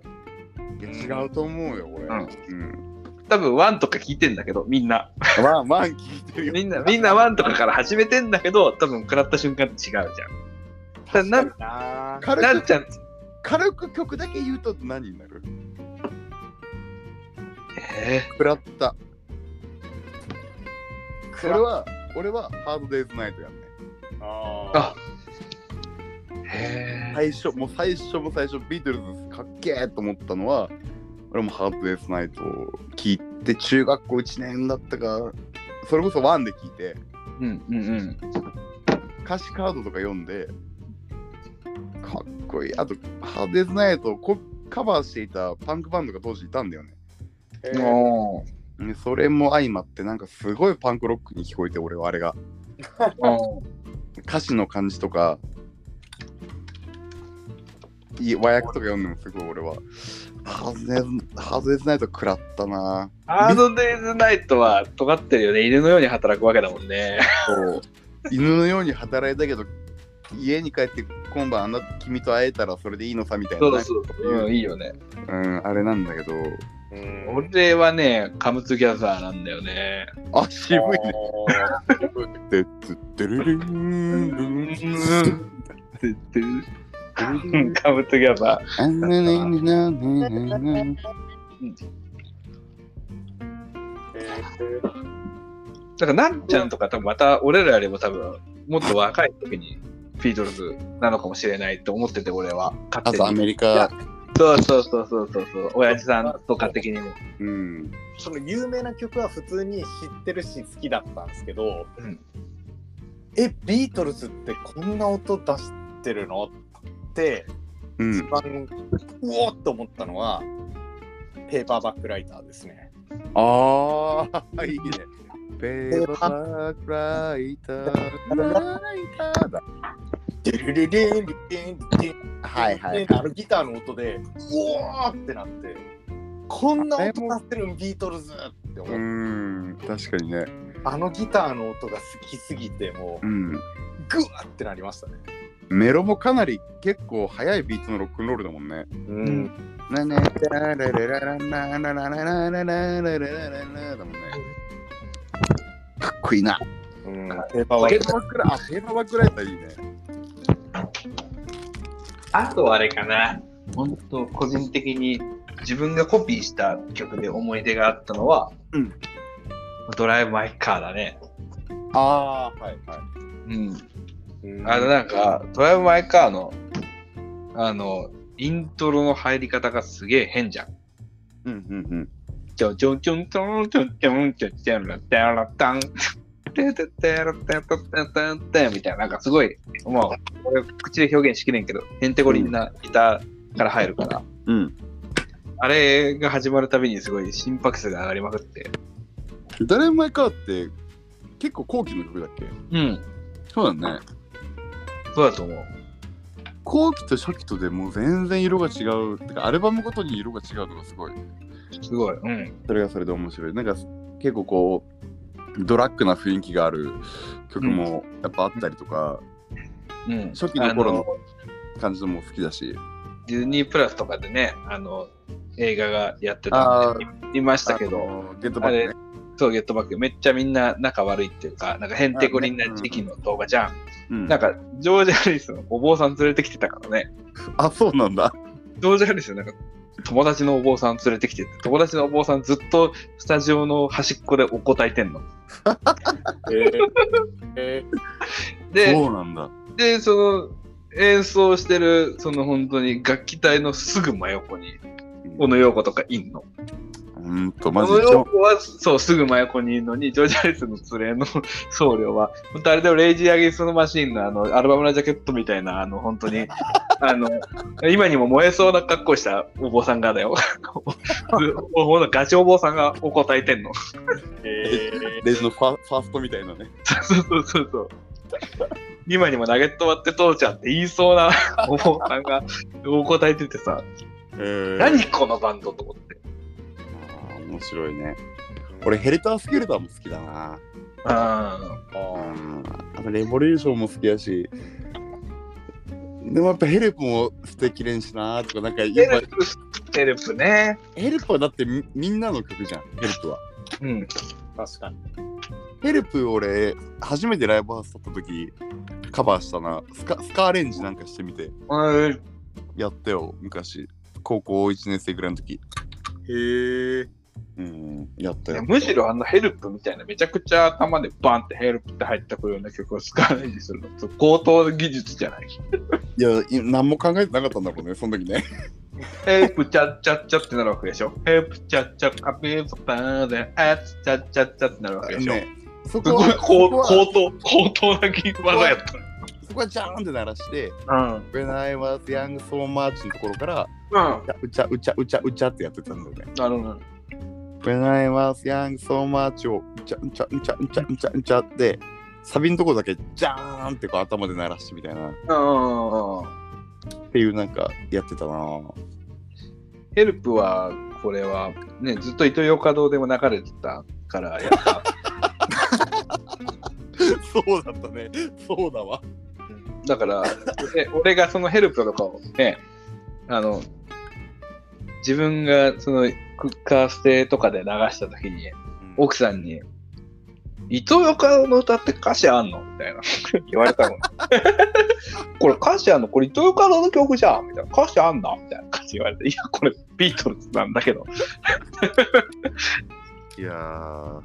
S2: いや違うと思うよ、俺。
S3: うん
S2: ん。
S3: 多分ワンとか聞いてんだけどみんな
S2: まあ、まあ、聞いてるよ。
S3: みんなみんなワンとかから始めてんだけど多分食らった瞬間って違うじゃんだな
S4: 確か
S2: 軽
S3: なっ
S2: く
S3: ちゃん
S2: 軽く曲だけ言うと何になる
S3: え
S2: 食らった。
S4: らっ
S2: 俺は、俺はハードデイズナイトやね。
S4: になあー
S3: あーへ
S2: 最初、もう最初も最初、ビートルズかっけえと思ったのは、俺もハードデイズナイトを聞いて、中学校1年だったか、それこそワンで聞いて、
S3: ーうんうん
S2: 歌詞カードとか読んで、かっこいい。あと、ハードデイズナイトをこカバーしていたパンクバンドが当時いたんだよね。
S4: え
S3: うん
S4: ー
S3: おー
S2: でそれも相まって、なんかすごいパンクロックに聞こえて、俺はあれが。
S3: お
S2: 歌詞の感じとかいい和訳とか読んでもすごい俺は外れ外れてないと食らったな
S3: ハードデイズナイトは尖ってるよね犬のように働くわけだもんね
S2: そう犬のように働いたけど家に帰って今晩あんな君と会えたらそれでいいのさみたいな
S3: そ
S2: ね、
S3: うそううんいいよね
S2: うんあれなんだけど
S4: うん
S3: 俺はねカムツギャザーなんだよね
S2: あ渋いね
S4: あー渋い
S2: でつってるるーんるーん
S3: うんカムトゥギャザ
S2: あんなねねねねねね
S4: えー
S3: ー。だから、なっちゃんとか多分また、俺らよりも多分、もっと若い時に、ビートルズなのかもしれないと思ってて、俺は。
S2: あ
S3: 勝
S2: とア
S3: 手に。
S2: メリカ
S3: そうそうそうそうそうそう。親父さんとか的にも。
S2: うん
S4: その有名な曲は普通に知ってるし好きだったんですけど、
S3: うん
S4: えビートルズってこんな音出してるのって
S2: う
S4: 一
S2: ん
S4: 番、うおっと思ったのはペーパーバックライターですね。
S2: ああ、いいね。ペーパークライター。ライターだ。
S4: デルルルンルルンルルン
S2: はいはい
S4: で。あのギターの音でうおーってなってこんな音出してるんビートルズって
S2: うー
S4: 思って
S2: ん、確かにね。
S4: あのギターの音が好きすぎてもう
S2: うん。
S4: グワってなりましたね。
S2: メロもかなり結構速いビートのロックンロールだもんね。
S4: うん。
S2: なねラララララララララララララララだもんね。かっこいいな。
S4: うん。ペーパーは
S2: ペーパークライ、あ、ペーパーバックライトいいね。
S3: あとはあれかな。本当個人的に自分がコピーした曲で思い出があったのは、
S2: うん
S3: ドライブ・マイ・カーだね。
S4: ああ、はいは
S3: うん。
S4: い。うん
S3: あの、なんか、ドライブ・マイ・カーの、あの、イントロの入り方がすげえ変じゃん。
S2: うんうんうん。
S3: ちょちょちょんちょんちょんちょんちょんちょんらてらたん。てててらてててててみたいな、なんかすごい、もう、これ口で表現しきれんけど、ヘンテコリンなギターから入るから、
S2: うん。
S3: あれが始まるたびにすごい心拍数が上がりまくって。
S2: ドライブ・マイ・カーって結構後期の曲だっけ
S3: うん、
S2: そうだね。
S3: そうだと思う。
S2: 後期と初期とでもう全然色が違う。てかアルバムごとに色が違うのがすごい。
S3: すごい。うん。
S2: それがそれで面白い。なんか結構こう、ドラッグな雰囲気がある曲もやっぱあったりとか、
S3: うん、
S2: 初期の頃の
S3: あ
S2: 感じのも好きだし。
S3: ディズニープラスとかでね、あの、映画がやってたんで、見ましたけど、
S2: あの、ゲットバックね。
S3: そう、ゲットバック、めっちゃみんな仲悪いっていうか、なんかヘンテコリンな時期の動画じゃん。
S2: うん
S3: なんか、ジョージ・ハリスのお坊さん連れてきてたからね。
S2: あ、そうなんだ。
S3: ジョージ・ハリスなんか、友達のお坊さん連れてきてて、友達のお坊さんずっとスタジオの端っこでお答えてんの。
S4: えーえ
S3: で、
S2: そうなんだ。
S3: で、その演奏してる、その本当に楽器隊のすぐ真横に、小野陽子とかいんの。
S2: うーんと、
S3: 小
S2: マジ
S3: 野
S2: で。
S3: 陽子は、そう、すぐ真横にいるのに、ジョージ・ハリスの連れの僧侶は、本当あれでも、レイジー・アゲイストのマシーンの、あの、アルバムのジャケットみたいな、あの、本当に、あの、今にも燃えそうな格好したお坊さんがだよ。おほんとガチお坊さんがお答えてんの。
S4: ー、え
S2: レイジのファファーストみたいなね。
S3: そうそうそうそう。今にもナゲット割って父ちゃんって言いそうなお坊さんがお答えててさ、
S2: えー
S3: 何このバンドと思って。
S2: あー面白いね。俺、ヘルター・スケルターも好きだな。
S3: うん。
S2: うん。あとレボリューションも好きだし。でもやっぱヘルプも素敵れんしなとか、なんか
S3: ヘ
S2: やっ
S3: ル
S2: ぱ
S3: プ、ヘルプね。
S2: ヘルプはだってみみんなの曲じゃん、ヘルプは。
S3: うん。
S4: ー、確かに。
S2: ヘルプ俺、初めてライブハウスだった時カバーしたな。スカスカアレンジなんかしてみて、
S3: うん
S2: やったよ、昔。高校1年生ぐらいの時。
S4: へえ。
S2: うん、やったよ。
S3: むしろあのヘルプみたいな、めちゃくちゃ頭でバンってヘルプって入ってくるような曲を使わないにするの。そう高等技術じゃない。
S2: いや、い何も考えてなかったんだろうね、その時ね。
S3: ヘルプチャッチャッチャってなるわけでしょ。ヘルプチャッチャッカピーパーで、アッチャッチャッチャってなるわけでしょ。
S2: ねそ
S3: す
S2: こ
S3: ごい
S2: は、
S3: 高
S2: そこは、
S3: 高等、高等な技技やっ
S2: そこはジャーンって鳴らして、
S3: た。うん。
S2: When I was young so much のところから、
S3: うん。
S2: うちゃうちゃうちゃうちゃうちゃってやってたんだよね。
S3: なるほど。
S2: When I was young so much をうちゃうちゃうちゃうちゃうちゃうちゃって、サビのところだけジャーンってこう頭で鳴らしてみたいな、
S3: うん。
S2: っていうなんかやってたなぁ。
S3: ヘルプは、これは、ね、ずっとイトーヨーカドーでも流れてたからやった。
S2: そうだったね。そうだわ。
S3: だから、え俺がそのヘルプとかをね、あの、自分がそのクッカーステとかで流した時に、奥さんに、伊藤よかの歌って歌詞あんのみたいな言われたの。 これ歌詞あんのこれ伊藤よかの曲じゃんみたいな。歌詞あんだみたいな感じで言われて、いや、これビートルズなんだけど。
S2: いやー、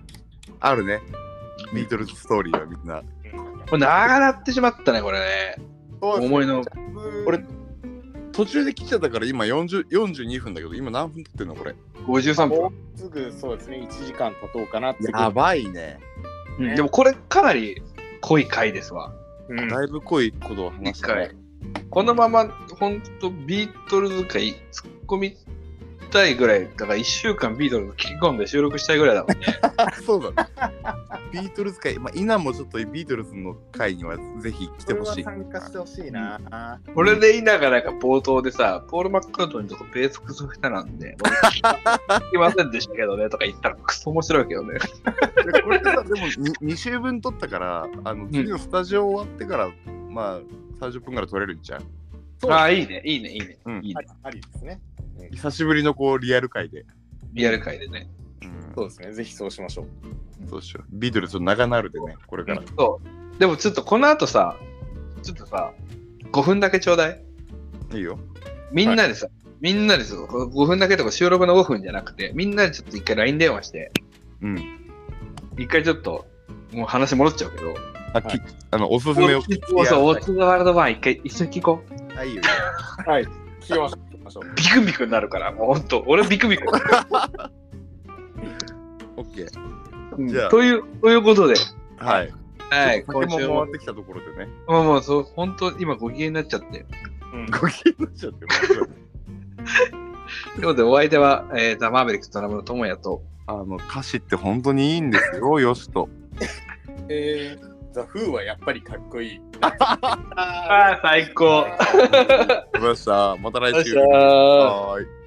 S2: あるね。ビートルズストーリーはみんな。
S3: これ長なってしまったね、これね。思いの。
S2: 俺途中で来ちゃったから今40 42分だけど今何分経ってんのこれ
S3: 53分。
S4: もうすぐそうですね、1時間経とうかなってぐらい。
S2: ばいね、
S3: うんでもこれかなり濃い回ですわ。
S4: うん
S2: だいぶ濃いことを話した、ね、
S3: このまま、ほんとビートルズ界突っ込みたいぐらい、だから1週間ビートルズ聞き込んで収録したいぐらいだも んね。
S2: そうだねビートルズ会まあ稲もちょっとビートルズの会にはぜひ来てほしい
S4: これは参加してほしいな。
S3: これでいながらなんか冒頭でさ、ポール・マッカートニーとかベースクソ下手なんで、俺聞きませんでしたけどねとか言ったらクソ面白いけどね。
S2: でこれでさでも 2, 週分撮ったからあの次のスタジオ終わってから、まあ30分ぐらい撮れるんちゃう
S3: ああ、いいね、いいね、いいね。
S2: うん
S3: いいね
S4: ありですね。
S2: 久しぶりのこうリアル回で、
S3: リアル界でね。
S2: うん
S4: そうですね。ぜひそうしましょう。
S2: そうしようビートルズの長なるでねこれから、
S3: そう。でもちょっとこの後さ、ちょっとさ、5分だけちょうだい。
S2: いいよ
S3: みんなでさ、みんなでさ、5分だけとか収録の5分じゃなくて、みんなでちょっと一回 LINE 電話して、
S2: うん
S3: 一回ちょっと、もう話戻っちゃうけど、
S2: あ、きあのおすすめを
S3: そうそう、オッズワールドワン一回一緒に聞こう。
S2: あいいよ
S4: はい。聞きましょう。聞きましょう。
S3: ビクビクになるから、もうほん と、俺ビクビク。
S2: オッケー
S4: うん
S2: じゃ
S3: という、ということで、
S2: あはい
S3: はい、
S2: これ
S3: 今
S2: も
S3: 週
S2: 回
S3: も
S2: っ、てきたところでね
S3: まあまあ、そう、ほんと、今ご機嫌になっちゃって。
S2: ご機嫌になっちゃってる
S3: ということで、お相手は、えー、ザ・マーベリックスドラムの智也と、
S2: あの歌詞って本当にいいんですよよしと
S4: えー、ザ・フーはやっぱりかっこい い。
S3: ああ、最高。
S2: ありがとうございましたまた
S3: よっ
S2: 来週
S3: しゃー。
S2: はーい